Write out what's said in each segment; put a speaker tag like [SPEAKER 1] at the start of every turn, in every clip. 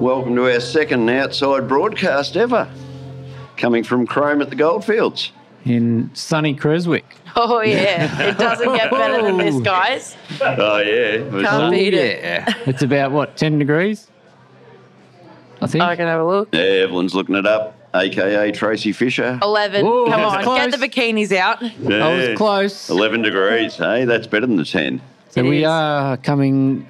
[SPEAKER 1] Welcome to our second outside broadcast ever, coming from Chrome at the Goldfields.
[SPEAKER 2] in sunny Creswick.
[SPEAKER 3] Oh yeah, it doesn't get better than this, guys.
[SPEAKER 1] Oh, yeah.
[SPEAKER 3] Can't beat it.
[SPEAKER 2] It's about what, 10 degrees? I think.
[SPEAKER 3] I can have a look.
[SPEAKER 1] Yeah, Evelyn's looking it up, aka Tracy Fisher.
[SPEAKER 3] Eleven.
[SPEAKER 2] Whoa,
[SPEAKER 3] Come
[SPEAKER 2] that's
[SPEAKER 3] on,
[SPEAKER 2] close.
[SPEAKER 3] get the bikinis out.
[SPEAKER 1] Yeah.
[SPEAKER 2] I was close.
[SPEAKER 1] 11 degrees, hey? That's better than the 10.
[SPEAKER 2] So
[SPEAKER 3] It
[SPEAKER 2] we
[SPEAKER 3] is.
[SPEAKER 2] are coming,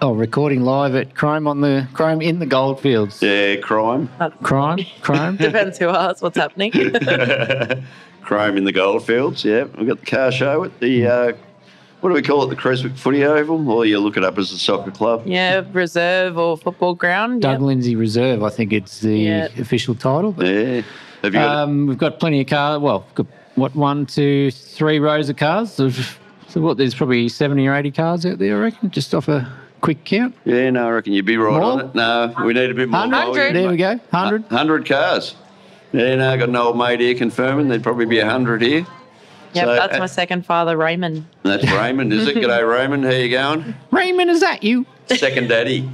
[SPEAKER 2] oh, recording live at Chrome on the Chrome in the Goldfields.
[SPEAKER 1] Yeah, crime.
[SPEAKER 3] Uh,
[SPEAKER 2] Crime, Chrome.
[SPEAKER 3] Depends who asks what's happening.
[SPEAKER 1] Chrome in the goldfields. Yeah, we've got the car show at the uh, what do we call it? The Creswick Footy Oval, or you look it up as the soccer club.
[SPEAKER 3] yeah, reserve or football ground.
[SPEAKER 2] Doug
[SPEAKER 3] Yep.
[SPEAKER 2] Lindsay Reserve, I think it's the
[SPEAKER 3] Yeah.
[SPEAKER 2] official title. But,
[SPEAKER 1] Yeah, have you? Got
[SPEAKER 2] um, we've got plenty of cars. Well, we've got, what, one, two, three rows of cars? So, so what, there's probably 70 or 80 cars out there, I reckon, just off a quick count.
[SPEAKER 1] yeah, no, I reckon you'd be right
[SPEAKER 2] More?
[SPEAKER 1] on it. No, we need a bit more.
[SPEAKER 2] 100? There we go, 100.
[SPEAKER 1] Hundred cars. Yeah, no, I got an old mate here confirming there'd probably be hundred here.
[SPEAKER 3] Yep,
[SPEAKER 1] so- uh,
[SPEAKER 3] that's my second father, Raymond.
[SPEAKER 1] And that's Raymond, is it? G'day, Raymond. How you going?
[SPEAKER 2] Raymond, is that you?
[SPEAKER 1] Second daddy.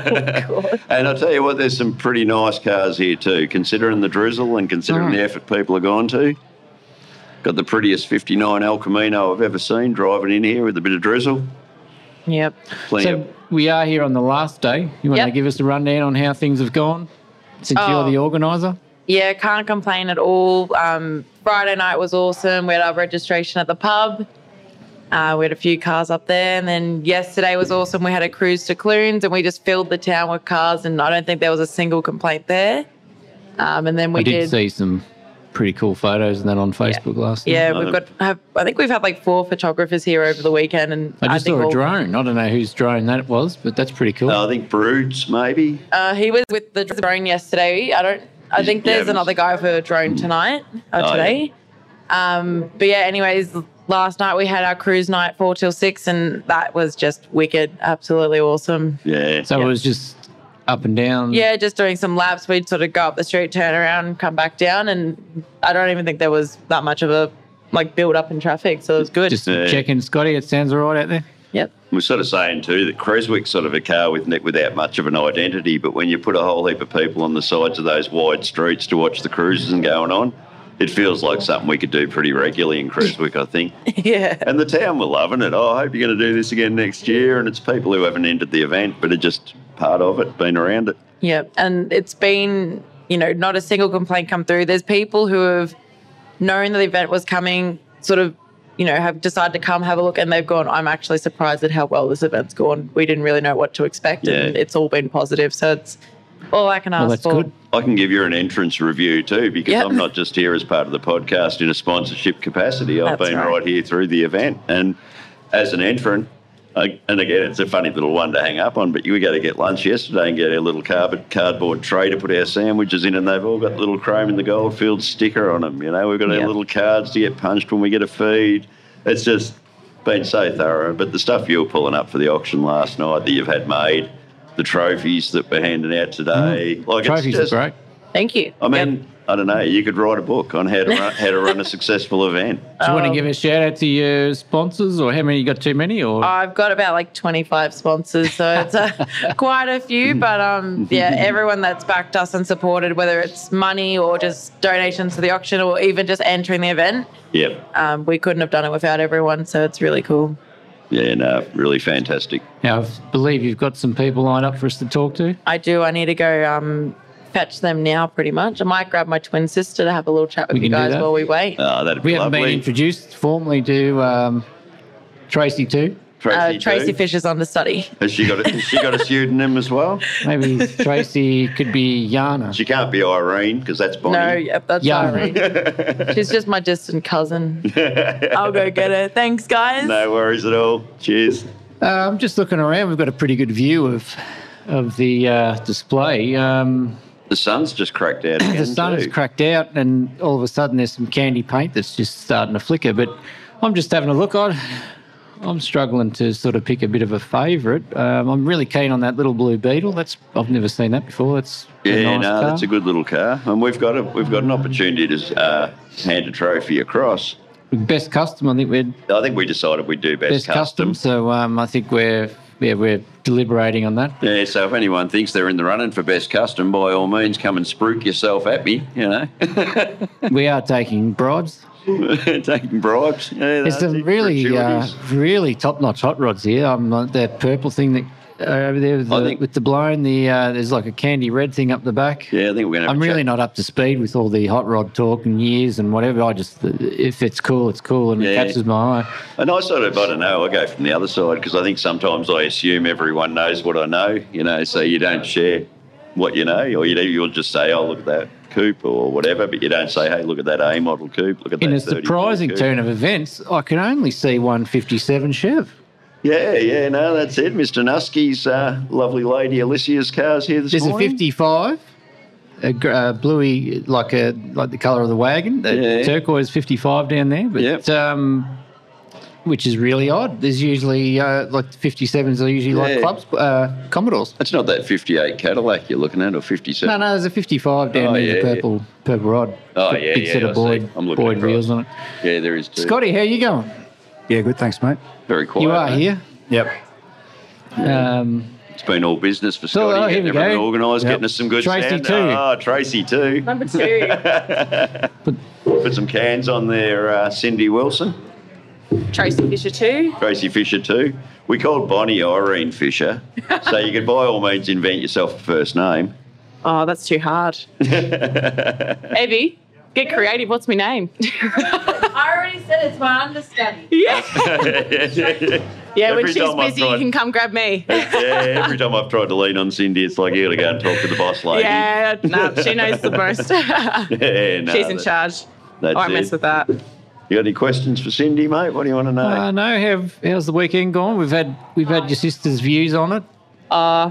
[SPEAKER 1] and I'll tell you what, there's some pretty nice cars here too, considering the drizzle and considering the effort people have gone to. Got the prettiest 59 El Camino I've ever seen driving in here with a bit of drizzle.
[SPEAKER 3] Yep.
[SPEAKER 1] Plenty
[SPEAKER 2] So
[SPEAKER 1] of,
[SPEAKER 2] we are here on the last day. You want to
[SPEAKER 3] Yep.
[SPEAKER 2] give us a rundown on how things have gone since
[SPEAKER 3] Oh.
[SPEAKER 2] you're the organizer?
[SPEAKER 3] Yeah, can't complain at all. Um, Friday night was awesome. We had our registration at the pub. Uh, we had a few cars up there, and then yesterday was awesome. We had a cruise to Clunes, and we just filled the town with cars, and I don't think there was a single complaint there. Um, and then we
[SPEAKER 2] I did, see some pretty cool photos and that on Facebook last night.
[SPEAKER 3] Yeah,
[SPEAKER 1] No,
[SPEAKER 3] we've
[SPEAKER 1] no.
[SPEAKER 3] got. Have, I think we've had like four photographers here over the weekend, and
[SPEAKER 2] I just
[SPEAKER 3] think
[SPEAKER 2] saw a
[SPEAKER 3] all-
[SPEAKER 2] drone. I don't know whose drone that was, but that's pretty cool.
[SPEAKER 1] Uh, I think broods maybe.
[SPEAKER 3] Uh, he was with the drone yesterday. I don't. I think
[SPEAKER 1] Yeah,
[SPEAKER 3] there's
[SPEAKER 1] but-
[SPEAKER 3] another guy for drone tonight or
[SPEAKER 1] Oh,
[SPEAKER 3] today. Um, but yeah, anyways, last night we had our cruise night four till six, and that was just wicked, absolutely awesome.
[SPEAKER 1] Yeah.
[SPEAKER 2] so it was just up and down.
[SPEAKER 3] Yeah, just doing some laps. We'd sort of go up the street, turn around, come back down, and I don't even think there was that much of a like build up in traffic, so it was good.
[SPEAKER 2] Just
[SPEAKER 1] Yeah.
[SPEAKER 2] checking, Scotty. It sounds all right out there.
[SPEAKER 3] yep.
[SPEAKER 1] We're sort of saying too that Creswick's sort of a car with without much of an identity, but when you put a whole heap of people on the sides of those wide streets to watch the cruises and going on, it feels like something we could do pretty regularly in Creswick, I think.
[SPEAKER 3] yeah.
[SPEAKER 1] And the town were loving it. Oh, I hope you're going to do this again next year. And it's people who haven't entered the event, but are just part of it, been around it.
[SPEAKER 3] Yeah, and it's been you know not a single complaint come through. There's people who have known that the event was coming, sort of you know have decided to come have a look, and they've gone. I'm actually surprised at how well this event's gone. We didn't really know what to expect, and
[SPEAKER 1] Yeah.
[SPEAKER 3] it's all been positive. So it's all I can ask
[SPEAKER 2] Well, that's
[SPEAKER 3] for.
[SPEAKER 2] good.
[SPEAKER 1] I can give you an entrance review too, because
[SPEAKER 3] Yep.
[SPEAKER 1] I'm not just here as part of the podcast in a sponsorship capacity. I've
[SPEAKER 3] That's
[SPEAKER 1] been right.
[SPEAKER 3] right.
[SPEAKER 1] here through the event. And as an entrant, I, and again, it's a funny little one to hang up on, but you were going to get lunch yesterday and get our little cardboard, cardboard tray to put our sandwiches in, and they've all got little Chrome in the Goldfield sticker on them. You know, we've got our
[SPEAKER 3] Yep.
[SPEAKER 1] little cards to get punched when we get a feed. It's just been so thorough. But the stuff you were pulling up for the auction last night that you've had made, the trophies that we're handing out today, like
[SPEAKER 2] Mm-hmm. Trophies
[SPEAKER 1] it's just,
[SPEAKER 2] are great.
[SPEAKER 3] Thank you.
[SPEAKER 1] I mean,
[SPEAKER 3] Yep.
[SPEAKER 1] I don't know. You could write a book on how to run, how to run a successful event.
[SPEAKER 2] Do you want to
[SPEAKER 3] Um,
[SPEAKER 2] give a shout out to your sponsors, or how many you got? Too many, or
[SPEAKER 3] I've got about like 25 sponsors, so it's uh, quite a few. But um, yeah, everyone that's backed us and supported, whether it's money or just donations to the auction or even just entering the event,
[SPEAKER 1] Yep.
[SPEAKER 3] um, we couldn't have done it without everyone. So it's really cool.
[SPEAKER 1] Yeah, no, really fantastic.
[SPEAKER 2] now I believe you've got some people lined up for us to talk to.
[SPEAKER 3] I do. I need to go um, fetch them now, pretty much. I might grab my twin sister to have a little chat with
[SPEAKER 2] We
[SPEAKER 3] you
[SPEAKER 2] can do
[SPEAKER 3] guys
[SPEAKER 2] that.
[SPEAKER 3] while we wait.
[SPEAKER 1] Oh, that'd
[SPEAKER 2] We
[SPEAKER 1] be
[SPEAKER 2] haven't been
[SPEAKER 1] lovely.
[SPEAKER 2] introduced formally to um, Tracy too.
[SPEAKER 3] Uh,
[SPEAKER 1] Tracy,
[SPEAKER 3] Tracy
[SPEAKER 1] too.
[SPEAKER 3] Fisher's understudy.
[SPEAKER 1] Has she got a, has she got a pseudonym as well?
[SPEAKER 2] Maybe Tracy could be Yana.
[SPEAKER 1] She can't be Irene because that's Bonnie.
[SPEAKER 3] No, yep, that's
[SPEAKER 2] Yeah.
[SPEAKER 3] Irene. She's just my distant cousin. I'll go get her. Thanks, guys.
[SPEAKER 1] No worries at all. Cheers.
[SPEAKER 2] Uh, I'm just looking around. We've got a pretty good view of of the uh, display. Um,
[SPEAKER 1] The sun's just cracked out again.
[SPEAKER 2] the sun
[SPEAKER 1] too.
[SPEAKER 2] has cracked out, and all of a sudden, there's some candy paint that's just starting to flicker. But I'm just having a look. I, I'm struggling to sort of pick a bit of a favourite. Um, I'm really keen on that little blue beetle. That's I've never seen that before. That's a
[SPEAKER 1] Yeah,
[SPEAKER 2] nice
[SPEAKER 1] no,
[SPEAKER 2] car.
[SPEAKER 1] that's a good little car, and we've got a we've got an opportunity to uh, hand a trophy across.
[SPEAKER 2] best custom. I think we're
[SPEAKER 1] I think we decided we'd do best,
[SPEAKER 2] best custom. So um, I think we're yeah, we're deliberating on that.
[SPEAKER 1] Yeah, so if anyone thinks they're in the running for best custom, by all means, come and spruik yourself at me. You know,
[SPEAKER 2] We are taking bribes.
[SPEAKER 1] taking bribes. Yeah,
[SPEAKER 2] There's
[SPEAKER 1] that's
[SPEAKER 2] some
[SPEAKER 1] it,
[SPEAKER 2] really, uh,
[SPEAKER 1] gratuities.
[SPEAKER 2] really top-notch hot rods here. Um, like that purple thing that uh, over there with
[SPEAKER 1] I
[SPEAKER 2] the,
[SPEAKER 1] think-
[SPEAKER 2] with the blown. The uh, there's like a candy red thing up the back.
[SPEAKER 1] yeah, I think we're gonna. Have
[SPEAKER 2] I'm
[SPEAKER 1] a
[SPEAKER 2] really
[SPEAKER 1] chat.
[SPEAKER 2] not up to speed with all the hot rod talk and years and whatever. I just if it's cool, it's cool, and it
[SPEAKER 1] Yeah.
[SPEAKER 2] catches my eye.
[SPEAKER 1] And I sort of, I don't know, I go from the other side because I think sometimes I assume everyone knows what I know, you know, so you don't share what you know, or you know, you'll just say, oh, look at that coupe or whatever, but you don't say, hey, look at that A model coupe, look at that.
[SPEAKER 2] In a
[SPEAKER 1] 34
[SPEAKER 2] surprising
[SPEAKER 1] coupe.
[SPEAKER 2] turn of events, I can only see 157 Chev.
[SPEAKER 1] Yeah, yeah, no, that's it. Mr. Nusky's uh, lovely lady Alicia's car's here this
[SPEAKER 2] There's a
[SPEAKER 1] morning.
[SPEAKER 2] 55, a gr- uh, bluey like a like the colour of the wagon, the
[SPEAKER 1] Yeah.
[SPEAKER 2] turquoise 55 down there, but
[SPEAKER 1] Yep.
[SPEAKER 2] um, which is really odd. There's usually uh, like the 57s are usually
[SPEAKER 1] Yeah.
[SPEAKER 2] like clubs, uh, Commodores.
[SPEAKER 1] It's not that 58 Cadillac you're looking at or 57.
[SPEAKER 2] No, no, there's a 55 down
[SPEAKER 1] Oh,
[SPEAKER 2] there,
[SPEAKER 1] yeah,
[SPEAKER 2] the
[SPEAKER 1] yeah.
[SPEAKER 2] purple purple rod.
[SPEAKER 1] Oh,
[SPEAKER 2] Big-
[SPEAKER 1] yeah,
[SPEAKER 2] big
[SPEAKER 1] yeah,
[SPEAKER 2] set
[SPEAKER 1] I
[SPEAKER 2] of
[SPEAKER 1] see.
[SPEAKER 2] Boyd,
[SPEAKER 1] I'm looking
[SPEAKER 2] Boyd
[SPEAKER 1] at it, right.
[SPEAKER 2] wheels on it.
[SPEAKER 1] Yeah, there is two.
[SPEAKER 2] Scotty, how you going?
[SPEAKER 4] Yeah, good. Thanks, mate.
[SPEAKER 1] Very quiet.
[SPEAKER 2] you are
[SPEAKER 1] eh?
[SPEAKER 2] here.
[SPEAKER 4] Yep.
[SPEAKER 2] Um,
[SPEAKER 1] It's been all business for
[SPEAKER 2] So,
[SPEAKER 1] Scotty,
[SPEAKER 2] oh, here
[SPEAKER 1] getting
[SPEAKER 2] we
[SPEAKER 1] everything
[SPEAKER 2] go.
[SPEAKER 1] organised,
[SPEAKER 4] Yep.
[SPEAKER 1] getting us some good
[SPEAKER 2] Tracy
[SPEAKER 1] sound.
[SPEAKER 2] too.
[SPEAKER 1] Ah, Tracy too.
[SPEAKER 5] Number two.
[SPEAKER 1] Put some cans on there, uh, Cindy Wilson,
[SPEAKER 5] Tracy Fisher too.
[SPEAKER 1] Tracy Fisher too. We called Bonnie Irene Fisher, so you could by all means invent yourself a first name.
[SPEAKER 5] Oh, that's too hard. Evie, get creative. What's my name?
[SPEAKER 3] I already said it's my understudy.
[SPEAKER 5] yeah. Yeah, when she's busy, you can
[SPEAKER 1] I've tried,
[SPEAKER 5] come grab me.
[SPEAKER 1] yeah, every time I've tried to lean on Cindy, it's like you got to go and talk to the boss lady.
[SPEAKER 5] Yeah, no, she knows the most.
[SPEAKER 1] Yeah, no,
[SPEAKER 5] she's in
[SPEAKER 1] that-
[SPEAKER 5] charge. I
[SPEAKER 1] That's
[SPEAKER 5] won't
[SPEAKER 1] it.
[SPEAKER 5] mess with that.
[SPEAKER 1] You got any questions for Cindy, mate? What do you want to know?
[SPEAKER 2] uh, no, how, how's the weekend gone? We've had we've had your sister's views on it.
[SPEAKER 5] Uh,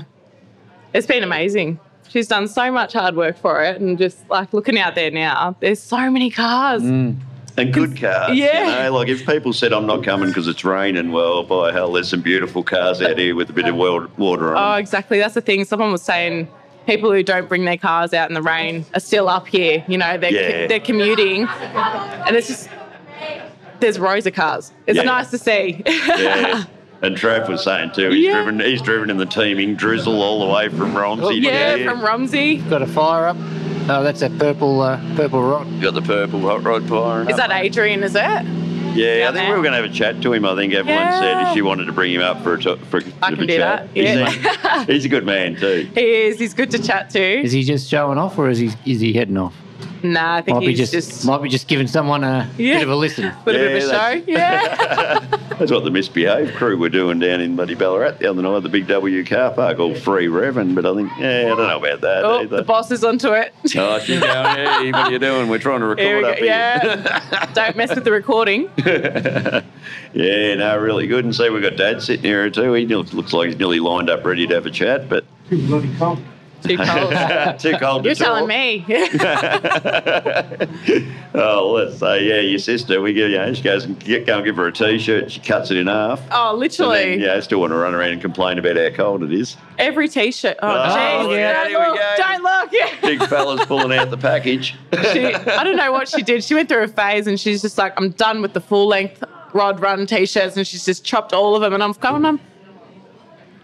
[SPEAKER 5] it's been amazing. She's done so much hard work for it, and just like looking out there now, there's so many cars.
[SPEAKER 1] Mm. And good cars.
[SPEAKER 5] Yeah.
[SPEAKER 1] You know, like if people said, I'm not coming because it's raining, well, by hell, there's some beautiful cars out here with a bit of wel- water
[SPEAKER 5] Oh,
[SPEAKER 1] on.
[SPEAKER 5] exactly. That's the thing. Someone was saying people who don't bring their cars out in the rain are still up here. You know, they're,
[SPEAKER 1] Yeah.
[SPEAKER 5] they're commuting, and it's just there's rows of cars. It's
[SPEAKER 1] Yeah.
[SPEAKER 5] nice to see.
[SPEAKER 1] Yeah. And Trav was saying too, he's
[SPEAKER 5] Oh. Yeah.
[SPEAKER 1] driven he's driven in the teaming drizzle all the way from Romsey to
[SPEAKER 5] Yeah,
[SPEAKER 1] here.
[SPEAKER 5] from Romsey.
[SPEAKER 2] Got a fire up. Oh, that's that purple uh, purple rod.
[SPEAKER 1] Got the purple hot rod firing.
[SPEAKER 5] Is
[SPEAKER 1] up.
[SPEAKER 5] that Adrian? Is it?
[SPEAKER 1] Yeah, I think
[SPEAKER 5] down there?
[SPEAKER 1] we were going to have a chat to him. I think everyone said
[SPEAKER 5] Yeah.
[SPEAKER 1] if she wanted to bring him up for a to- for a
[SPEAKER 5] I
[SPEAKER 1] bit
[SPEAKER 5] can
[SPEAKER 1] of a
[SPEAKER 5] do
[SPEAKER 1] chat.
[SPEAKER 5] that,
[SPEAKER 1] He's
[SPEAKER 5] yeah.
[SPEAKER 1] a- He's, a good man too.
[SPEAKER 5] He is. He's good to chat to.
[SPEAKER 2] Is he just showing off, or is he is he heading off?
[SPEAKER 5] Nah, I think
[SPEAKER 2] Might be
[SPEAKER 5] he's
[SPEAKER 2] just, might be just giving someone a
[SPEAKER 5] Yeah.
[SPEAKER 2] bit of a listen.
[SPEAKER 5] little bit of a
[SPEAKER 1] Yeah,
[SPEAKER 5] show. Yeah.
[SPEAKER 1] That's what the misbehaved crew were doing down in bloody Ballarat the other night, the big W car park, all free revving. But I think, yeah, I don't know about that
[SPEAKER 5] oh,
[SPEAKER 1] either.
[SPEAKER 5] the boss is onto it.
[SPEAKER 1] Oh, she's down here. What are you doing? We're trying to record
[SPEAKER 5] Here we go.
[SPEAKER 1] up here.
[SPEAKER 5] Yeah. Don't mess with the recording.
[SPEAKER 1] Yeah, no, really good. And see, we've got Dad sitting here too. He looks looks like he's nearly lined up, ready to have a chat, but
[SPEAKER 5] Too cold.
[SPEAKER 1] too cold to
[SPEAKER 5] You're
[SPEAKER 1] talk.
[SPEAKER 5] telling me.
[SPEAKER 1] Oh, let's say, yeah, your sister. We go, you know, she goes and get, go and give her a t-shirt. She cuts it in half.
[SPEAKER 5] oh,
[SPEAKER 1] And
[SPEAKER 5] literally.
[SPEAKER 1] then, yeah, still want to run around and complain about how cold it is.
[SPEAKER 5] Every t-shirt. Oh,
[SPEAKER 1] Oh,
[SPEAKER 5] jeez.
[SPEAKER 1] yeah,
[SPEAKER 5] Don't
[SPEAKER 1] here we
[SPEAKER 5] look.
[SPEAKER 1] go.
[SPEAKER 5] Don't look. Yeah.
[SPEAKER 1] Big fella's pulling out the package.
[SPEAKER 5] She, I don't know what she did. She went through a phase and she's just like, I'm done with the full length rod run t-shirts and she's just chopped all of them and I'm going, I'm,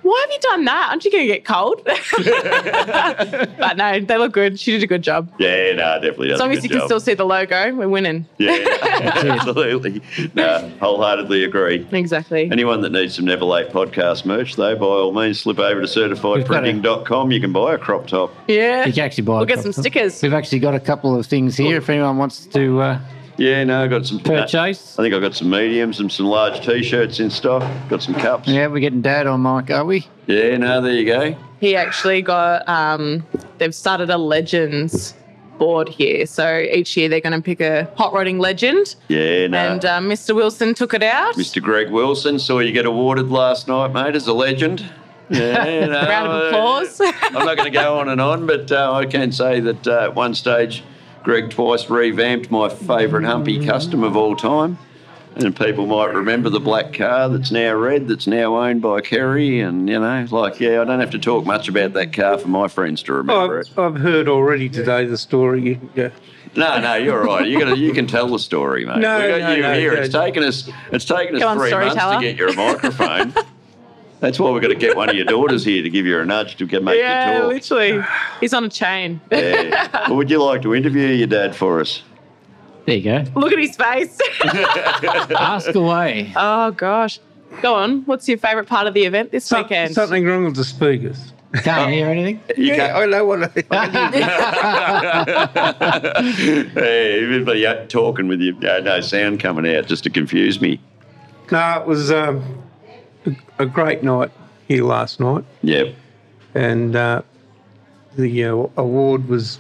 [SPEAKER 5] why have you done that? Aren't you going to get cold? but no, they look good. She did a good job.
[SPEAKER 1] Yeah, no, definitely does.
[SPEAKER 5] As long
[SPEAKER 1] a
[SPEAKER 5] as you
[SPEAKER 1] good
[SPEAKER 5] can
[SPEAKER 1] job.
[SPEAKER 5] still see the logo, we're winning.
[SPEAKER 1] Yeah, absolutely. No, wholeheartedly agree.
[SPEAKER 5] Exactly.
[SPEAKER 1] Anyone that needs some Never Late podcast merch, though, by all means, slip over to certifiedprinting.com. You can buy a crop top.
[SPEAKER 5] yeah.
[SPEAKER 2] You can actually buy. a
[SPEAKER 5] We'll get
[SPEAKER 2] couple.
[SPEAKER 5] some stickers.
[SPEAKER 2] We've actually got a couple of things here. If anyone wants to uh,
[SPEAKER 1] Yeah, no, I got some.
[SPEAKER 2] purchase,
[SPEAKER 1] I think I've got some mediums and some large t shirts in stock. Got some cups.
[SPEAKER 2] yeah, we're getting Dad on mic, are we?
[SPEAKER 1] Yeah, no, there you go.
[SPEAKER 5] He actually got, um, they've started a legends board here. So each year they're going to pick a hot rodding legend.
[SPEAKER 1] Yeah, no.
[SPEAKER 5] And uh, Mr. Wilson took it out.
[SPEAKER 1] Mr. Greg Wilson, saw you get awarded last night, mate, as a legend. Yeah, no,
[SPEAKER 5] Round of
[SPEAKER 1] uh,
[SPEAKER 5] applause.
[SPEAKER 1] I'm not going to go on and on, but uh, I can say that uh, at one stage, Greg twice revamped my favourite humpy custom of all time. And people might remember the black car that's now red, that's now owned by Kerry. And, you know, like, yeah, I don't have to talk much about that car for my friends to remember it.
[SPEAKER 6] I've, I've heard already today the story. You can go.
[SPEAKER 1] No, no, you're all right. You got you can tell the story, mate.
[SPEAKER 6] No,
[SPEAKER 1] we got
[SPEAKER 6] no,
[SPEAKER 1] you
[SPEAKER 6] no,
[SPEAKER 1] here.
[SPEAKER 6] no.
[SPEAKER 1] It's taken us it's taken us
[SPEAKER 5] Come on,
[SPEAKER 1] three months to
[SPEAKER 5] storyteller.
[SPEAKER 1] get your microphone. That's why we've got to get one of your daughters here to give you a nudge to get make
[SPEAKER 3] yeah,
[SPEAKER 1] you talk.
[SPEAKER 3] literally. He's on a chain.
[SPEAKER 1] Yeah. Well, would you like to interview your dad for us?
[SPEAKER 2] There you go.
[SPEAKER 3] Look at his face.
[SPEAKER 2] Ask away.
[SPEAKER 3] oh gosh. Go on. What's your favourite part of the event this
[SPEAKER 6] Some-
[SPEAKER 3] weekend?
[SPEAKER 6] Something wrong with the speakers.
[SPEAKER 2] Can't hear anything.
[SPEAKER 1] You
[SPEAKER 6] yeah,
[SPEAKER 1] can't.
[SPEAKER 6] I know what I
[SPEAKER 1] Hey, everybody out talking with you, no, no sound coming out just to confuse me.
[SPEAKER 6] No, it was um, a a great night here last night,
[SPEAKER 1] Yep.
[SPEAKER 6] and uh, the uh, award was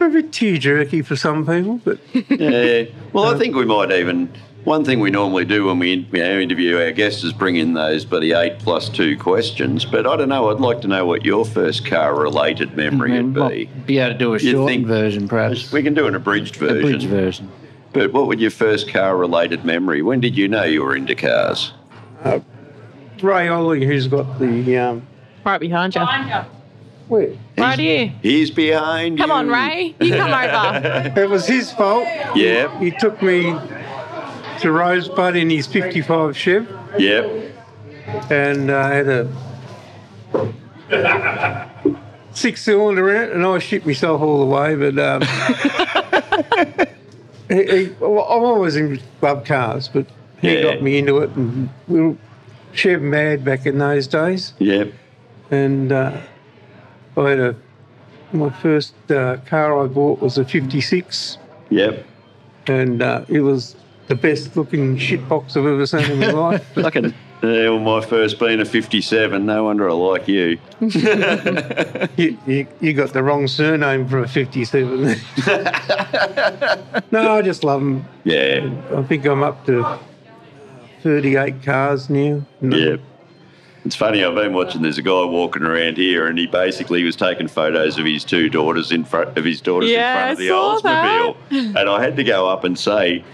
[SPEAKER 6] a bit tear jerky for some people, but
[SPEAKER 1] Yeah. Well, I think we might even. One thing we normally do when we you know, interview our guests is bring in those bloody eight plus two questions. But I don't know. I'd like to know what your first car related memory
[SPEAKER 2] We
[SPEAKER 1] would
[SPEAKER 2] might
[SPEAKER 1] be.
[SPEAKER 2] be able to Mm-hmm. do a
[SPEAKER 1] You'd
[SPEAKER 2] shortened
[SPEAKER 1] think-
[SPEAKER 2] version, perhaps.
[SPEAKER 1] We can do an abridged
[SPEAKER 2] A
[SPEAKER 1] version.
[SPEAKER 2] bridge version.
[SPEAKER 1] But what would your first car related memory? When did you know you were into cars?
[SPEAKER 6] Ray Ollie, who's got the um,
[SPEAKER 3] Right behind you.
[SPEAKER 7] Find ya.
[SPEAKER 6] where
[SPEAKER 3] Right here.
[SPEAKER 1] He's behind
[SPEAKER 3] Come
[SPEAKER 1] you.
[SPEAKER 3] on, Ray. You come over.
[SPEAKER 6] it was his fault.
[SPEAKER 1] Yep,
[SPEAKER 6] He took me to Rosebud in his 55 Chev,
[SPEAKER 1] yep.
[SPEAKER 6] and I had a six cylinder in it, and I shit myself all the way. But um, he, he, well, I'm always in love cars, but he
[SPEAKER 1] Yeah.
[SPEAKER 6] got me into it, and we were Chev mad back in those days.
[SPEAKER 1] Yep.
[SPEAKER 6] And uh, I had a my first uh, car I bought was a 56
[SPEAKER 1] Yep.
[SPEAKER 6] and uh, it was the best looking shitbox I've ever seen in my life. But
[SPEAKER 1] Fucking. Yeah, well, my first being a 57. No wonder I like you.
[SPEAKER 6] you, you, you got the wrong surname for a 57. no, I just love them.
[SPEAKER 1] Yeah,
[SPEAKER 6] I think I'm up to 38 cars now. No,
[SPEAKER 1] yeah. It's funny, I've been watching. There's a guy walking around here, and he basically was taking photos of his two daughters in front of his daughters
[SPEAKER 3] Yeah,
[SPEAKER 1] in front
[SPEAKER 3] I
[SPEAKER 1] of the
[SPEAKER 3] saw that.
[SPEAKER 1] Oldsmobile. And I had to go up and say,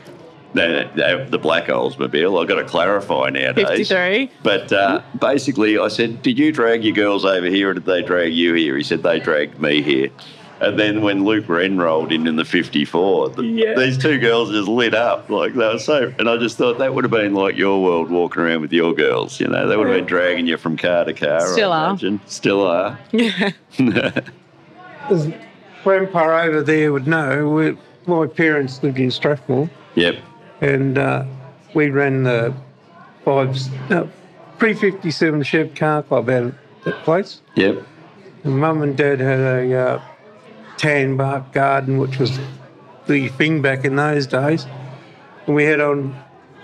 [SPEAKER 1] no, no, no, the black Oldsmobile. I've got to clarify nowadays.
[SPEAKER 3] 53.
[SPEAKER 1] But uh, basically, I said, Did you drag your girls over here or did they drag you here? He said, They dragged me here. And then when Luke Wren rolled in in the 54, th-
[SPEAKER 6] Yeah.
[SPEAKER 1] these two girls just lit up. Like, they were so. And I just thought that would have been like your world walking around with your girls. You know, they would have been dragging you from car to car. I
[SPEAKER 3] Still are.
[SPEAKER 1] imagine. Still are.
[SPEAKER 3] Yeah.
[SPEAKER 6] there's- Grandpa over there would know. We, my parents lived in Strathmore,
[SPEAKER 1] Yep.
[SPEAKER 6] and uh, we ran the fives, no, pre 57 Chev Car Club out at that place.
[SPEAKER 1] Yep.
[SPEAKER 6] Mum and Dad had a uh, tan bark garden, which was the thing back in those days. And we had on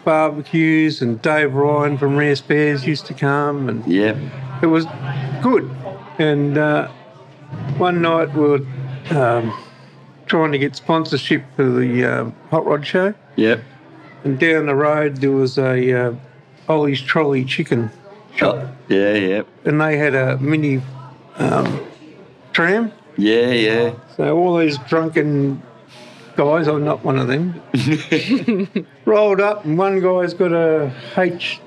[SPEAKER 6] barbecues, and Dave Ryan from Rare Spares used to come, and
[SPEAKER 1] Yep.
[SPEAKER 6] it was good. And uh, one night we were um, trying to get sponsorship for the um, hot rod show,
[SPEAKER 1] Yep.
[SPEAKER 6] and down the road there was a uh, Ollie's Trolley Chicken shop,
[SPEAKER 1] Oh, yeah, yep.
[SPEAKER 6] and they had a mini um, tram.
[SPEAKER 1] Yeah, yeah.
[SPEAKER 6] So all these drunken guys, I'm not one of them, rolled up, and one guy's got a HT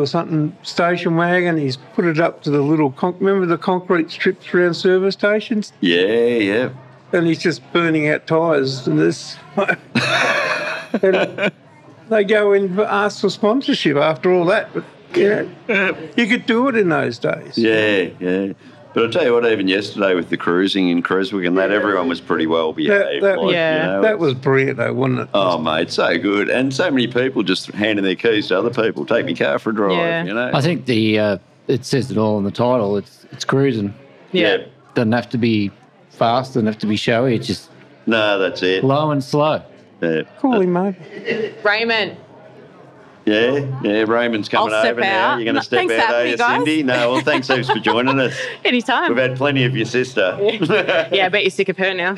[SPEAKER 6] or something station wagon. He's put it up to the little con- remember the concrete strips around service stations,
[SPEAKER 1] Yeah, yep.
[SPEAKER 6] and he's just burning out tyres and this. and they go and ask for sponsorship after all that, but you know, you could do it in those days.
[SPEAKER 1] Yeah, yeah. But I'll tell you what, even yesterday with the cruising in Creswick and that, everyone was pretty well behaved.
[SPEAKER 6] that-
[SPEAKER 3] Yeah.
[SPEAKER 6] That was brilliant, though, wasn't it?
[SPEAKER 1] Oh, mate, so good. And so many people just handing their keys to other people. Take me car for a drive,
[SPEAKER 3] Yeah.
[SPEAKER 1] you know?
[SPEAKER 2] I think the uh, it says it all in the title. It's it's cruising.
[SPEAKER 3] Yeah.
[SPEAKER 2] Doesn't have to be fast. Doesn't have to be showy. It's just
[SPEAKER 1] No, that's it.
[SPEAKER 2] low and slow.
[SPEAKER 1] Yeah.
[SPEAKER 6] Call him over.
[SPEAKER 3] Raymond.
[SPEAKER 1] yeah, yeah, Raymond's coming
[SPEAKER 3] I'll step
[SPEAKER 1] over now.
[SPEAKER 3] out.
[SPEAKER 1] You're going
[SPEAKER 3] No,
[SPEAKER 1] to step
[SPEAKER 3] thanks for
[SPEAKER 1] out, are
[SPEAKER 3] having
[SPEAKER 1] you,
[SPEAKER 3] me, guys.
[SPEAKER 1] Cindy? No, well, thanks heaps for joining us. We've
[SPEAKER 3] Anytime.
[SPEAKER 1] had plenty of your sister.
[SPEAKER 3] Yeah, I bet you're sick of her now.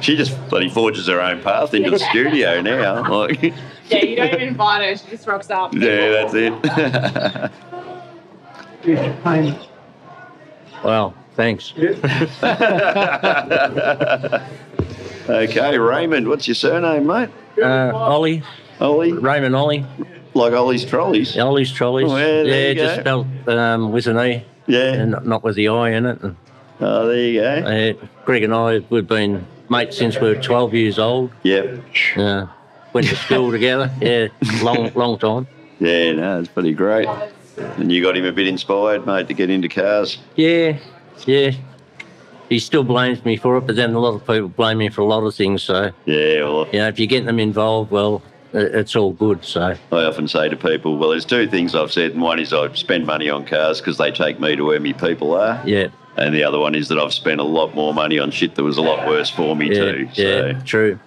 [SPEAKER 1] she just bloody forges her own path into the studio now. Like,
[SPEAKER 7] Yeah, you don't even invite her. She just rocks up.
[SPEAKER 1] yeah, that's it.
[SPEAKER 8] Wow, thanks.
[SPEAKER 1] okay, Raymond, what's your surname, mate?
[SPEAKER 8] Uh, Ollie,
[SPEAKER 1] Ollie?
[SPEAKER 8] Raymond Ollie,
[SPEAKER 1] Like Ollie's trolleys?
[SPEAKER 8] Ollie's trolleys.
[SPEAKER 1] Oh, yeah, there
[SPEAKER 8] yeah,
[SPEAKER 1] you
[SPEAKER 8] just
[SPEAKER 1] go.
[SPEAKER 8] spelled um, with an E and
[SPEAKER 1] Yeah.
[SPEAKER 8] not, not with the I in it. And,
[SPEAKER 1] Oh, there you go.
[SPEAKER 8] uh, Greg and I, we've been mates since we were 12 years old.
[SPEAKER 1] Yep.
[SPEAKER 8] Uh, went to school together. Yeah, long, long time.
[SPEAKER 1] Yeah, no, it's pretty great. And you got him a bit inspired, mate, to get into cars.
[SPEAKER 8] Yeah, yeah. He still blames me for it, but then a lot of people blame me for a lot of things. So,
[SPEAKER 1] Yeah, well,
[SPEAKER 8] you know, if you get them involved, well, i- it's all good. So,
[SPEAKER 1] I often say to people, well, there's two things I've said, and one is I spend money on cars because they take me to where me people are,
[SPEAKER 8] yeah,
[SPEAKER 1] and the other one is that I've spent a lot more money on shit that was a lot worse for me
[SPEAKER 8] yeah,
[SPEAKER 1] too.
[SPEAKER 8] yeah,
[SPEAKER 1] So,
[SPEAKER 8] true.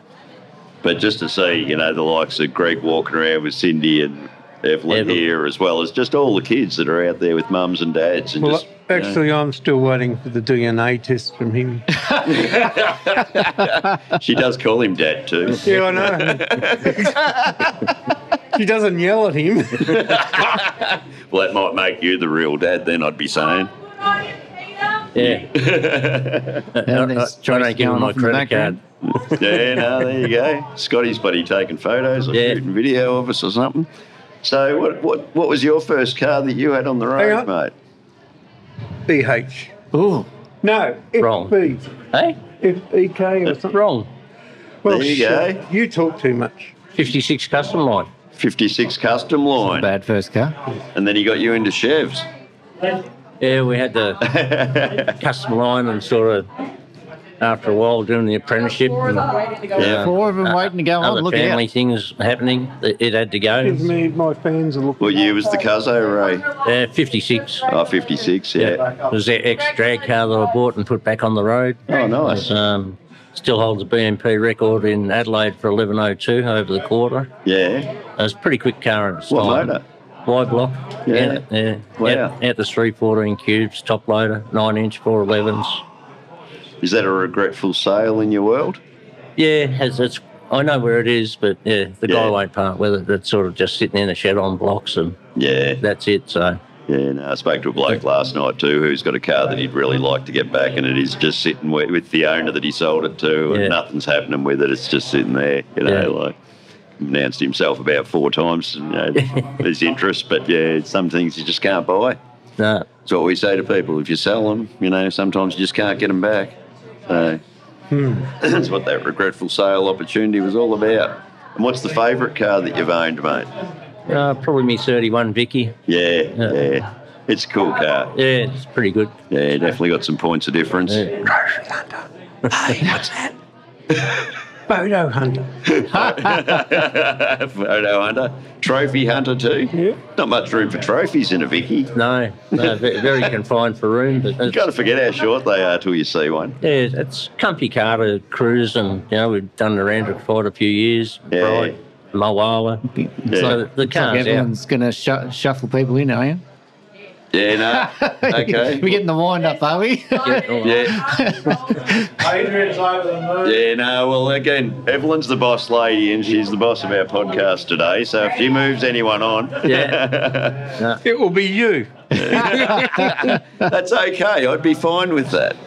[SPEAKER 1] but just to see, you know, the likes of Greg walking around with Cindy and Evelyn
[SPEAKER 8] Evelyn.
[SPEAKER 1] here, as well as just all the kids that are out there with mums and dads, and
[SPEAKER 6] Well,
[SPEAKER 1] just you know,
[SPEAKER 6] actually, I'm still waiting for the DNA test from him.
[SPEAKER 1] she does call him dad too.
[SPEAKER 6] yeah, I know. she doesn't yell at him.
[SPEAKER 1] Well, that might make you the real dad, then I'd be saying.
[SPEAKER 8] Yeah. I, I,
[SPEAKER 2] And there's Joyce
[SPEAKER 8] I don't give
[SPEAKER 2] going
[SPEAKER 8] him my
[SPEAKER 2] off in the
[SPEAKER 8] credit card.
[SPEAKER 2] background.
[SPEAKER 1] yeah, no, there you go. Scotty's buddy taking photos or
[SPEAKER 8] Yeah.
[SPEAKER 1] shooting video of us or something. So, what, what what was your first car that you had on the
[SPEAKER 6] Hang
[SPEAKER 1] road,
[SPEAKER 6] on.
[SPEAKER 1] mate?
[SPEAKER 6] BH.
[SPEAKER 2] Ooh,
[SPEAKER 6] No, FB.
[SPEAKER 8] Wrong. Hey,
[SPEAKER 6] FEK E or something.
[SPEAKER 8] wrong.
[SPEAKER 6] Well,
[SPEAKER 1] There you
[SPEAKER 6] shit,
[SPEAKER 1] go.
[SPEAKER 6] You talk too much.
[SPEAKER 8] 56 custom line.
[SPEAKER 1] 56 custom
[SPEAKER 2] not a
[SPEAKER 1] line.
[SPEAKER 2] bad first car.
[SPEAKER 1] And then he got you into Chevs.
[SPEAKER 8] Yeah, we had the custom line and sort of after a while doing the apprenticeship. And,
[SPEAKER 1] Yeah.
[SPEAKER 2] Four of them waiting to go
[SPEAKER 8] other
[SPEAKER 2] on. Look
[SPEAKER 8] family
[SPEAKER 2] out.
[SPEAKER 8] things happening. It, it had to go.
[SPEAKER 6] Give me my fans a look.
[SPEAKER 1] What year was the Cuzzo, Ray?
[SPEAKER 8] Uh, 56.
[SPEAKER 1] Oh, 56, yeah.
[SPEAKER 8] It was their ex drag car that I bought and put back on the road.
[SPEAKER 1] Oh, nice.
[SPEAKER 8] Um, still holds a BMP record in Adelaide for 1102 over the quarter.
[SPEAKER 1] Yeah.
[SPEAKER 8] It was a pretty quick car in its
[SPEAKER 1] What
[SPEAKER 8] time.
[SPEAKER 1] motor?
[SPEAKER 8] Wide block.
[SPEAKER 1] Yeah.
[SPEAKER 8] Out, yeah.
[SPEAKER 1] Wow.
[SPEAKER 8] Out, out the 314 cubes, top loader, 9 inch 411s.
[SPEAKER 1] Is that a regretful sale in your world?
[SPEAKER 8] Yeah, has it's. I know where it is, but yeah, the
[SPEAKER 1] Yeah.
[SPEAKER 8] guy won't part with it. It's sort of just sitting in a shed on blocks, and
[SPEAKER 1] Yeah.
[SPEAKER 8] that's it. So
[SPEAKER 1] Yeah, no, I spoke to a bloke last night too who's got a car that he'd really like to get back, and it is just sitting with, with the owner that he sold it to, and
[SPEAKER 8] Yeah.
[SPEAKER 1] nothing's happening with it. It's just sitting there, you know,
[SPEAKER 8] Yeah.
[SPEAKER 1] like announced himself about four times you know, his interest, but yeah, some things you just can't buy.
[SPEAKER 8] no,
[SPEAKER 1] It's what we say to people if you sell them, you know, sometimes you just can't get them back. So
[SPEAKER 6] Hmm.
[SPEAKER 1] that's what that regretful sale opportunity was all about. And what's the favourite car that you've owned, mate?
[SPEAKER 8] uh, probably me thirty-one Vicky.
[SPEAKER 1] Yeah,
[SPEAKER 8] Yeah.
[SPEAKER 1] yeah. It's a cool car.
[SPEAKER 8] Yeah, it's pretty good.
[SPEAKER 1] Yeah, definitely got some points of difference.
[SPEAKER 8] Yeah.
[SPEAKER 6] Photo hunter.
[SPEAKER 1] Photo hunter, trophy hunter too.
[SPEAKER 6] Yeah.
[SPEAKER 1] Not much room for trophies in a Vicky.
[SPEAKER 8] No, no ve- very confined for room, but
[SPEAKER 1] You got to
[SPEAKER 8] it's,
[SPEAKER 1] forget how short they are till you see one.
[SPEAKER 8] yeah, it's comfy car to cruise, and you know we've done around it quite a few years.
[SPEAKER 1] Yeah.
[SPEAKER 8] Right, Moala.
[SPEAKER 1] Yeah.
[SPEAKER 8] So the
[SPEAKER 2] It's like
[SPEAKER 8] car's out.
[SPEAKER 2] everyone's going to shu- shuffle people in, are you?
[SPEAKER 1] Yeah, no. Okay.
[SPEAKER 2] We're getting the wind up, are we?
[SPEAKER 8] Oh,
[SPEAKER 7] Yeah.
[SPEAKER 6] Adrian's over the moon.
[SPEAKER 1] Yeah, no. Well, again, Evelyn's the boss lady, and she's the boss of our podcast today. So if she moves anyone on,
[SPEAKER 8] Yeah.
[SPEAKER 6] It will be you.
[SPEAKER 1] that's okay. I'd be fine with that.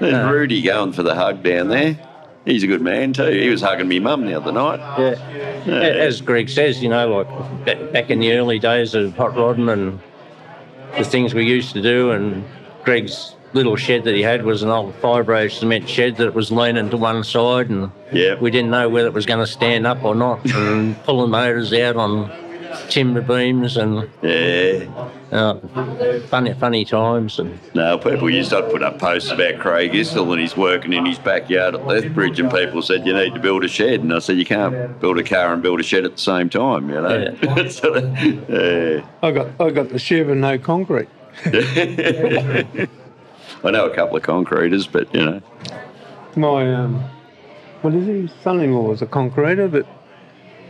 [SPEAKER 1] There's
[SPEAKER 8] Yeah.
[SPEAKER 1] Rudy going for the hug down there. He's a good man too. He was hugging me mum the other night.
[SPEAKER 8] Yeah. A- As Greg says, you know, like ba- back in the early days of hot rodding and the things we used to do, and Greg's little shed that he had was an old fibro cement shed that was leaning to one side, and
[SPEAKER 1] Yeah.
[SPEAKER 8] we didn't know whether it was going to stand up or not, and pulling motors out on timber beams and
[SPEAKER 1] Yeah.
[SPEAKER 8] uh, funny, funny times. And
[SPEAKER 1] No, people used to put up posts about Craig Istle and he's working in his backyard at Lethbridge, and people said you need to build a shed, and I said you can't build a car and build a shed at the same time, you know. So, uh,
[SPEAKER 6] I got I got the shiv and no concrete.
[SPEAKER 1] I know a couple of concreters, but you know,
[SPEAKER 6] My um, what is he? Son-in-law is a concreter, but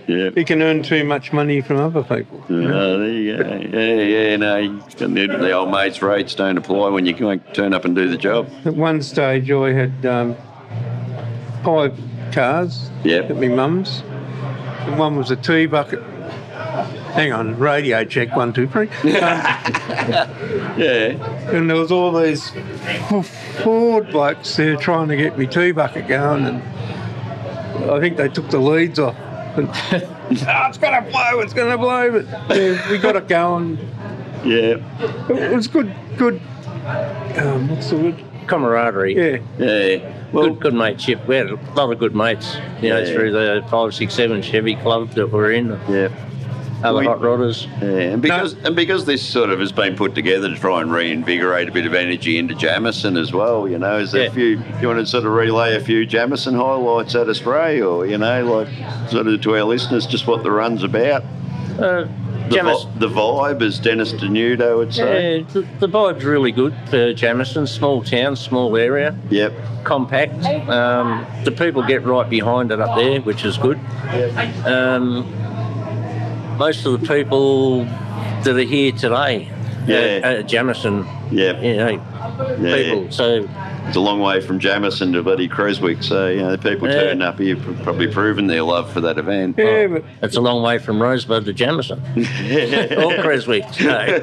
[SPEAKER 1] yeah.
[SPEAKER 6] he can earn too much money from other people.
[SPEAKER 1] No, there you go. Uh, Yeah, yeah, no. And the, the old mates' rates don't apply when you can't turn up and do the job.
[SPEAKER 6] At one stage, I had um, five cars
[SPEAKER 1] Yep.
[SPEAKER 6] at my mum's. And one was a tea bucket. Hang on, radio check one, two, three. Um,
[SPEAKER 1] Yeah,
[SPEAKER 6] and there was all these Ford blokes there trying to get me tea bucket going, and I think they took the leads off. And, "Oh, it's gonna blow! It's gonna blow! But yeah, we got it going.
[SPEAKER 1] yeah,
[SPEAKER 6] It was good. Good. Um, what's the word?
[SPEAKER 8] camaraderie.
[SPEAKER 6] Yeah.
[SPEAKER 1] yeah. Well,
[SPEAKER 8] good, good mateship. We had a lot of good mates, you know,
[SPEAKER 1] Yeah.
[SPEAKER 8] through the five, six, seven Chevy club that we're in.
[SPEAKER 1] Yeah.
[SPEAKER 8] other
[SPEAKER 1] We-
[SPEAKER 8] hot rodders.
[SPEAKER 1] Yeah, and because and because this sort of has been put together to try and reinvigorate a bit of energy into Jamison as well, you know, is there
[SPEAKER 8] Yeah.
[SPEAKER 1] a few you want to sort of relay a few Jamison highlights out of spray or you know, like sort of to our listeners just what the run's about.
[SPEAKER 8] Uh,
[SPEAKER 1] The,
[SPEAKER 8] Jamison,
[SPEAKER 1] vi- the vibe as Dennis Denudo would say.
[SPEAKER 8] yeah, the, the vibe's really good for Jamison. Small town, small area,
[SPEAKER 1] Yep.
[SPEAKER 8] compact. Um, the people get right behind it up there, which is good. Um, most of the people that are here today
[SPEAKER 1] Yeah.
[SPEAKER 8] at, at Jamison,
[SPEAKER 1] Yep.
[SPEAKER 8] you know,
[SPEAKER 1] Yeah.
[SPEAKER 8] people. So
[SPEAKER 1] It's a long way from Jamison to bloody Creswick, so you know, the people
[SPEAKER 8] Yeah. Oh,
[SPEAKER 1] turn up here pr- probably proving their love for that event.
[SPEAKER 6] Yeah, but
[SPEAKER 8] it's a long way from Rosebud to Jamison or Creswick. So.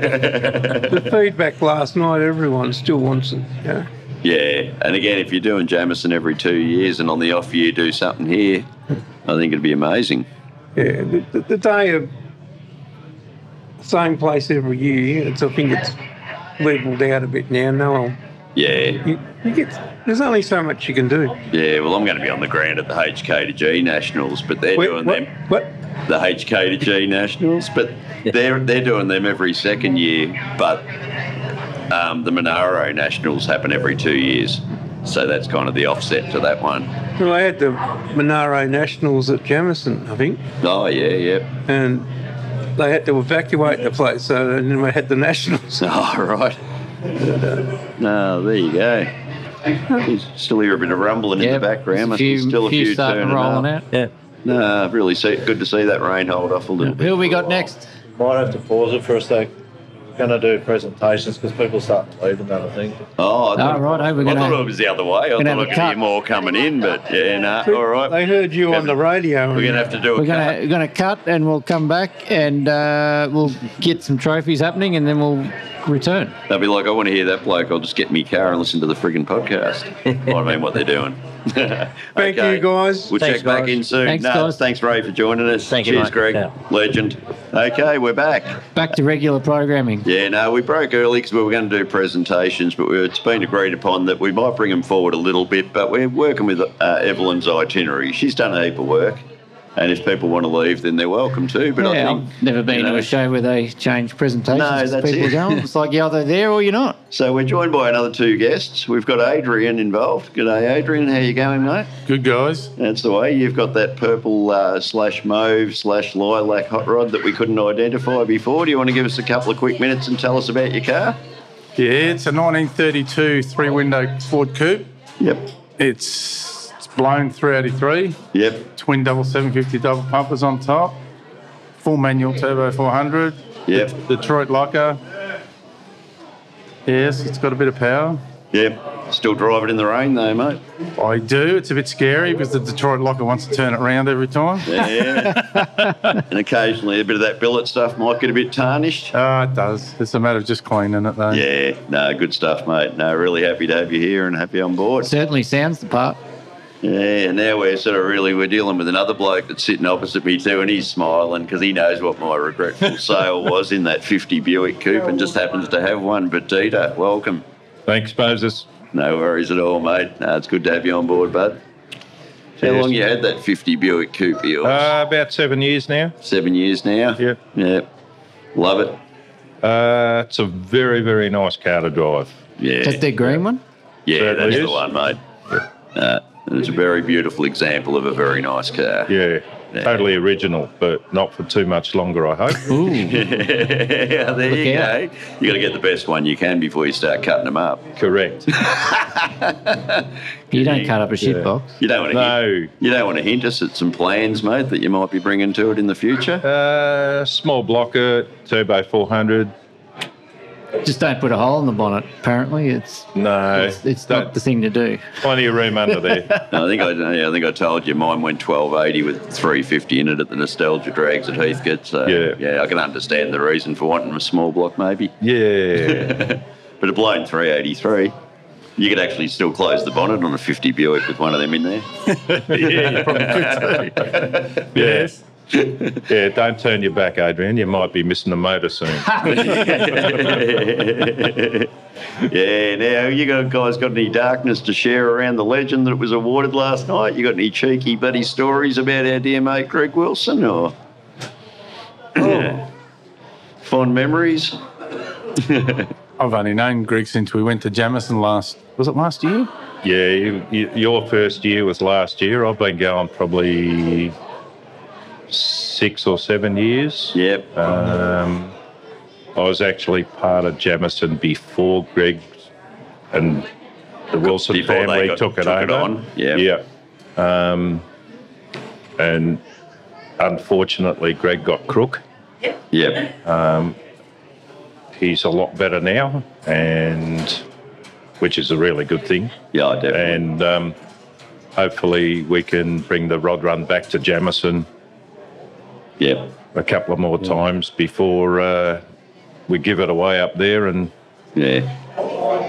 [SPEAKER 6] the feedback last night, everyone still wants it. Yeah.
[SPEAKER 1] Yeah, and again, if you're doing Jamison every two years and on the off year do something here, I think it'd be amazing.
[SPEAKER 6] Yeah, the, the, the day of same place every year. It's, I think it's leveled out a bit now. No, one-
[SPEAKER 1] Yeah,
[SPEAKER 6] you, you get there's only so much you can do.
[SPEAKER 1] yeah. Well, I'm going to be on the ground at the HK to G Nationals, but they're
[SPEAKER 6] Wait,
[SPEAKER 1] doing
[SPEAKER 6] what,
[SPEAKER 1] them
[SPEAKER 6] what?
[SPEAKER 1] the HK to G Nationals, but they're they're doing them every second year. But um, the Monaro Nationals happen every two years, so that's kind of the offset to that one.
[SPEAKER 6] Well, I had the Monaro Nationals at Jamison, I think,
[SPEAKER 1] Oh yeah, yeah.
[SPEAKER 6] and they had to evacuate the place, so then we had the Nationals. uh,
[SPEAKER 1] All right. No, there you go. You still hear a bit of rumbling in the background. Must be still a few,
[SPEAKER 2] starting
[SPEAKER 1] turning
[SPEAKER 2] rolling
[SPEAKER 1] up.
[SPEAKER 2] out.
[SPEAKER 8] yeah.
[SPEAKER 1] No, really see, good to see that rain hold off a little
[SPEAKER 2] Who
[SPEAKER 1] bit.
[SPEAKER 2] have we got next?
[SPEAKER 9] Might have to pause it for a sec. We're going to do presentations because people start leaving that, I think.
[SPEAKER 1] Oh, I thought,
[SPEAKER 2] Oh, right, eh, we're
[SPEAKER 1] I thought
[SPEAKER 2] gonna-
[SPEAKER 1] it was the other way. I thought
[SPEAKER 2] gonna
[SPEAKER 1] I
[SPEAKER 2] have a
[SPEAKER 1] could hear
[SPEAKER 2] cut.
[SPEAKER 1] more coming in, but yeah, no, all
[SPEAKER 6] They
[SPEAKER 1] right.
[SPEAKER 6] heard you on the radio.
[SPEAKER 1] We're
[SPEAKER 6] and-
[SPEAKER 1] going to have to do a
[SPEAKER 2] We're
[SPEAKER 1] cut.
[SPEAKER 2] gonna we're gonna cut and we'll come back and uh, we'll get some trophies happening and then we'll return.
[SPEAKER 1] They'll be like, I want to hear that bloke. I'll just get in my car and listen to the friggin' podcast. I mean, what they're doing.
[SPEAKER 6] Thank you, guys.
[SPEAKER 1] We'll
[SPEAKER 8] Thanks,
[SPEAKER 1] check back
[SPEAKER 8] guys.
[SPEAKER 1] in soon.
[SPEAKER 2] Thanks,
[SPEAKER 1] no,
[SPEAKER 2] guys.
[SPEAKER 1] Thanks, Ray, for joining us.
[SPEAKER 8] Thank you,
[SPEAKER 1] Cheers,
[SPEAKER 8] mate.
[SPEAKER 1] Greg.
[SPEAKER 8] Yeah.
[SPEAKER 1] Legend. Okay, we're back.
[SPEAKER 2] Back to regular programming.
[SPEAKER 1] Yeah, no, we broke early because we were going to do presentations, but we, it's been agreed upon that we might bring them forward a little bit. But we're working with uh, Evelyn's itinerary. She's done a heap of work, and if people want to leave, then they're welcome to. But I
[SPEAKER 2] yeah,
[SPEAKER 1] think
[SPEAKER 2] I've never been
[SPEAKER 1] you
[SPEAKER 2] to
[SPEAKER 1] know,
[SPEAKER 2] a show where they change presentations.
[SPEAKER 1] No,
[SPEAKER 2] as
[SPEAKER 1] that's
[SPEAKER 2] people
[SPEAKER 1] it.
[SPEAKER 2] Go. It's like you're either there or you're not.
[SPEAKER 1] So we're joined by another two guests. We've got Adrian involved. G'day, Adrian. How you going, mate?
[SPEAKER 10] Good guys.
[SPEAKER 1] That's the way. You've got that purple uh, slash mauve slash lilac hot rod that we couldn't identify before. Do you want to give us a couple of quick minutes and tell us about your car?
[SPEAKER 10] Yeah, it's a 1932 three window Ford Coupe.
[SPEAKER 1] Yep.
[SPEAKER 10] It's, it's blown 383,
[SPEAKER 1] Yep.
[SPEAKER 10] twin double 750 double pumpers on top, full manual turbo 400,
[SPEAKER 1] Yep.
[SPEAKER 10] Detroit locker. Yes, it's got a bit of power.
[SPEAKER 1] Yep. Still driving in the rain though, mate.
[SPEAKER 10] I do. It's a bit scary because the Detroit locker wants to turn it round every time.
[SPEAKER 1] Yeah. and occasionally a bit of that billet stuff might get a bit tarnished.
[SPEAKER 10] Ah, it does. It's a matter of just cleaning it though.
[SPEAKER 1] Yeah, no, good stuff, mate. No, really happy to have you here and happy on board.
[SPEAKER 2] Certainly sounds the part.
[SPEAKER 1] Yeah, and now we're sort of really we're dealing with another bloke that's sitting opposite me too, and he's smiling because he knows what my regretful sale was in that fifty Buick coupe, and just happens to have one. But Dita, welcome.
[SPEAKER 11] Thanks, Moses.
[SPEAKER 1] No worries at all, mate. No, it's good to have you on board, bud. How
[SPEAKER 11] Cheers.
[SPEAKER 1] long you had that fifty Buick coupe? of yours?
[SPEAKER 11] Uh, about seven years now.
[SPEAKER 1] Seven years now.
[SPEAKER 11] Yeah.
[SPEAKER 1] Yeah. Love it.
[SPEAKER 11] Uh, it's a very, very nice car to drive.
[SPEAKER 1] Yeah.
[SPEAKER 2] That's their green one.
[SPEAKER 1] Yeah,
[SPEAKER 11] Certainly
[SPEAKER 1] that's the
[SPEAKER 11] is.
[SPEAKER 1] one, mate. Uh, and it's a very beautiful example of a very nice car.
[SPEAKER 11] Yeah,
[SPEAKER 1] Yeah.
[SPEAKER 11] totally original, but not for too much longer, I hope.
[SPEAKER 2] Ooh,
[SPEAKER 1] Yeah, there you
[SPEAKER 2] Look out.
[SPEAKER 1] go. You got to get the best one you can before you start cutting them up.
[SPEAKER 11] Correct.
[SPEAKER 2] you don't cut up a shit
[SPEAKER 11] Yeah.
[SPEAKER 2] box.
[SPEAKER 1] You don't want to.
[SPEAKER 11] No.
[SPEAKER 1] You don't want to hint us at some plans, mate, that you might be bringing to it in the future.
[SPEAKER 11] Uh, small blocker, turbo 400.
[SPEAKER 2] Just don't put a hole in the bonnet. Apparently, it's
[SPEAKER 11] No,
[SPEAKER 2] it's, it's
[SPEAKER 11] don't-
[SPEAKER 2] not the thing to do.
[SPEAKER 11] plenty of room under there.
[SPEAKER 1] I think I, yeah, I think I told you mine went 1280 with 350 in it at the nostalgia drags at Heathcote. So
[SPEAKER 11] Yeah.
[SPEAKER 1] yeah, I can understand the reason for wanting a small block, maybe.
[SPEAKER 11] Yeah,
[SPEAKER 1] But a blown 383, you could actually still close the bonnet on a 50 Buick with one of them in there.
[SPEAKER 11] yes. Yeah, don't turn your back, Adrian. You might be missing the motor soon.
[SPEAKER 1] yeah, now you got, guys got any darkness to share around the legend that was awarded last night? You got any cheeky buddy stories about our dear mate Greg Wilson? Or Yeah. Fond memories.
[SPEAKER 10] I've only known Greg since we went to Jamison last. Was it last year?
[SPEAKER 11] Yeah, you, you, your first year was last year. I've been going probably six or seven years.
[SPEAKER 1] Yep.
[SPEAKER 11] Um, I was actually part of Jamison before Greg and the Wilson
[SPEAKER 1] Before they
[SPEAKER 11] family
[SPEAKER 1] got-
[SPEAKER 11] took it
[SPEAKER 1] took it
[SPEAKER 11] over.
[SPEAKER 1] on, yeah.
[SPEAKER 11] Yeah. Um, and unfortunately, Greg got crook. Um,
[SPEAKER 1] Yep.
[SPEAKER 11] He's a lot better now, and which is a really good thing.
[SPEAKER 1] Yeah, I definitely.
[SPEAKER 11] And um, hopefully, we can bring the rod run back to Jamison
[SPEAKER 1] Yep.
[SPEAKER 11] a couple of more times before uh, we give it away up there and
[SPEAKER 1] Yeah.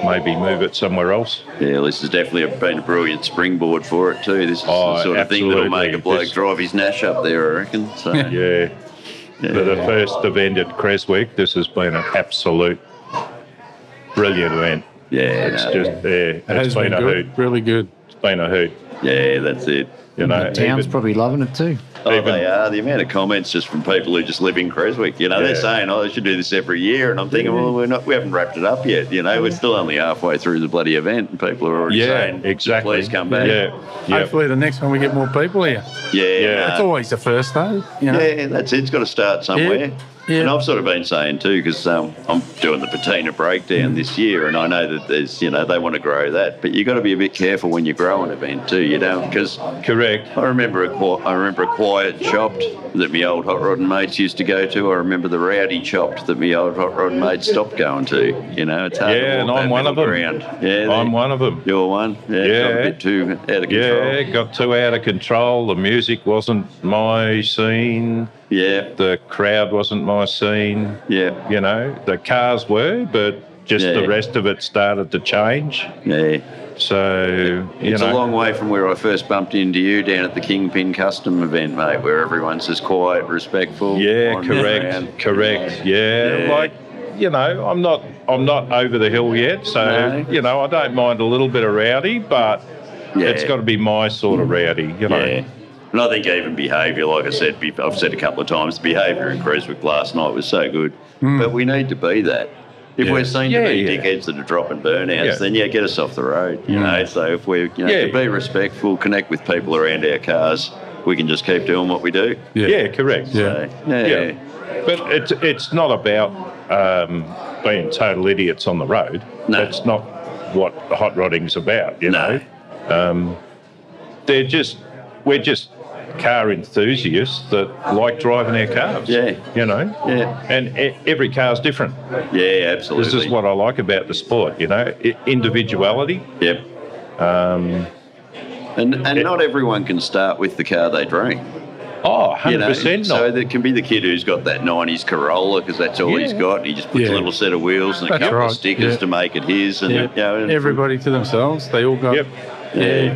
[SPEAKER 11] maybe move it somewhere else.
[SPEAKER 1] Yeah, this has definitely been a brilliant springboard for it too. This is
[SPEAKER 11] Oh,
[SPEAKER 1] the sort of thing that'll make a
[SPEAKER 11] absolutely.
[SPEAKER 1] bloke
[SPEAKER 11] This-
[SPEAKER 1] drive his Nash up there, I reckon. So yeah.
[SPEAKER 11] Yeah. For the first event at Creswick, this has been an absolute brilliant event. It's
[SPEAKER 1] no,
[SPEAKER 11] just, yeah,
[SPEAKER 10] It
[SPEAKER 11] it's
[SPEAKER 10] has been,
[SPEAKER 11] been a hoot.
[SPEAKER 10] good, really good.
[SPEAKER 11] It's been a hoot.
[SPEAKER 1] yeah, that's it.
[SPEAKER 11] You know,
[SPEAKER 2] the town's
[SPEAKER 11] even-
[SPEAKER 2] probably loving it too.
[SPEAKER 1] Oh,
[SPEAKER 11] Even-
[SPEAKER 1] they are. The amount of comments just from people who just live in Creswick, you know, they're
[SPEAKER 11] Yeah.
[SPEAKER 1] saying, "Oh, they should do this every year," and I'm thinking, "Well, we're not. We haven't wrapped it up yet. You know, we're still only halfway through the bloody event, and people are already
[SPEAKER 11] yeah,
[SPEAKER 1] saying,
[SPEAKER 11] exactly.
[SPEAKER 1] please come back.'
[SPEAKER 11] Yeah, yeah.
[SPEAKER 10] Hopefully, the next one we get more people here.
[SPEAKER 1] yeah,
[SPEAKER 11] Yeah.
[SPEAKER 1] nah.
[SPEAKER 10] It's always the first though. You know?
[SPEAKER 1] Yeah, that's it. It's got to start somewhere.
[SPEAKER 10] Yeah, yeah.
[SPEAKER 1] And I've sort of been saying too, because um, I'm doing the patina
[SPEAKER 11] Mm.
[SPEAKER 1] breakdown this year, and I know that there's, you know, they want to grow that, but you got to be a bit careful when you grow an event too, you know, because
[SPEAKER 11] Correct.
[SPEAKER 1] I remember a qui- I remember a quiet chopped that my old hot rod and mates used to go to. I remember the rowdy chopped that my old hot rod and mates stopped going to. You know, it's hard. to
[SPEAKER 11] Yeah, and
[SPEAKER 1] walk
[SPEAKER 11] I'm
[SPEAKER 1] that
[SPEAKER 11] one of
[SPEAKER 1] middle
[SPEAKER 11] them.
[SPEAKER 1] Ground. Yeah,
[SPEAKER 11] I'm
[SPEAKER 1] they-
[SPEAKER 11] one of them.
[SPEAKER 1] You're one. Yeah, yeah.
[SPEAKER 11] Yeah.
[SPEAKER 1] a bit too out of
[SPEAKER 11] Yeah,
[SPEAKER 1] control.
[SPEAKER 11] got too out of control. The music wasn't my scene.
[SPEAKER 1] Yeah,
[SPEAKER 11] The crowd wasn't my scene.
[SPEAKER 1] yeah,
[SPEAKER 11] You know, the cars were, but just
[SPEAKER 1] Yeah.
[SPEAKER 11] the rest of it started to change.
[SPEAKER 1] yeah.
[SPEAKER 11] So, you
[SPEAKER 1] It's
[SPEAKER 11] know,
[SPEAKER 1] a long way from where I first bumped into you down at the Kingpin Custom event, mate, where everyone's just quiet, respectful.
[SPEAKER 11] yeah,
[SPEAKER 1] on the
[SPEAKER 11] correct,
[SPEAKER 1] ground.
[SPEAKER 11] correct. Yeah,
[SPEAKER 1] Yeah.
[SPEAKER 11] like you know, I'm not, I'm not over the hill yet. So
[SPEAKER 1] No.
[SPEAKER 11] you know, I don't mind a little bit of rowdy, but
[SPEAKER 1] Yeah.
[SPEAKER 11] it's got to be my sort of rowdy. You know,
[SPEAKER 1] Yeah. And I think even behaviour, like I said, be- I've said a couple of times, behaviour in Creswick last night was so good. But we need to be that.
[SPEAKER 11] Hmm.
[SPEAKER 1] If
[SPEAKER 11] Yeah.
[SPEAKER 1] we're seen
[SPEAKER 11] Yeah,
[SPEAKER 1] to be
[SPEAKER 11] yeah.
[SPEAKER 1] dickheads that are dropping burnouts,
[SPEAKER 11] Yeah.
[SPEAKER 1] then yeah, get us off the road. You know, so if we you know,
[SPEAKER 11] Yeah.
[SPEAKER 1] to be respectful, connect with people around our cars, we can just keep doing what we do.
[SPEAKER 11] yeah, correct.
[SPEAKER 10] Yeah.
[SPEAKER 1] So, yeah.
[SPEAKER 11] Yeah. But it's it's not about um, being total idiots on the road.
[SPEAKER 1] No.
[SPEAKER 11] That's not what hot rodding's about, you
[SPEAKER 1] No.
[SPEAKER 11] know. Um, they're just we're just car enthusiasts that like driving their cars.
[SPEAKER 1] Yeah.
[SPEAKER 11] You know?
[SPEAKER 1] Yeah.
[SPEAKER 11] And e- every car's different.
[SPEAKER 1] Yeah, absolutely.
[SPEAKER 11] This is what I like about the sport, you know, I- individuality.
[SPEAKER 1] Yep. Um,
[SPEAKER 11] Um,
[SPEAKER 1] and and not everyone can start with the car they dream.
[SPEAKER 11] Oh, 100%
[SPEAKER 1] You know,
[SPEAKER 11] not.
[SPEAKER 1] so there can be the kid who's got that '90s Corolla because that's all he's got. And he just puts
[SPEAKER 10] Yeah.
[SPEAKER 1] a little set of wheels and a
[SPEAKER 10] That's
[SPEAKER 1] couple
[SPEAKER 10] right,
[SPEAKER 1] of stickers
[SPEAKER 10] yeah.
[SPEAKER 1] to make it his, and
[SPEAKER 10] Yeah.
[SPEAKER 1] you know, and-
[SPEAKER 10] Everybody to themselves. They all got.
[SPEAKER 11] Yep.
[SPEAKER 1] yeah.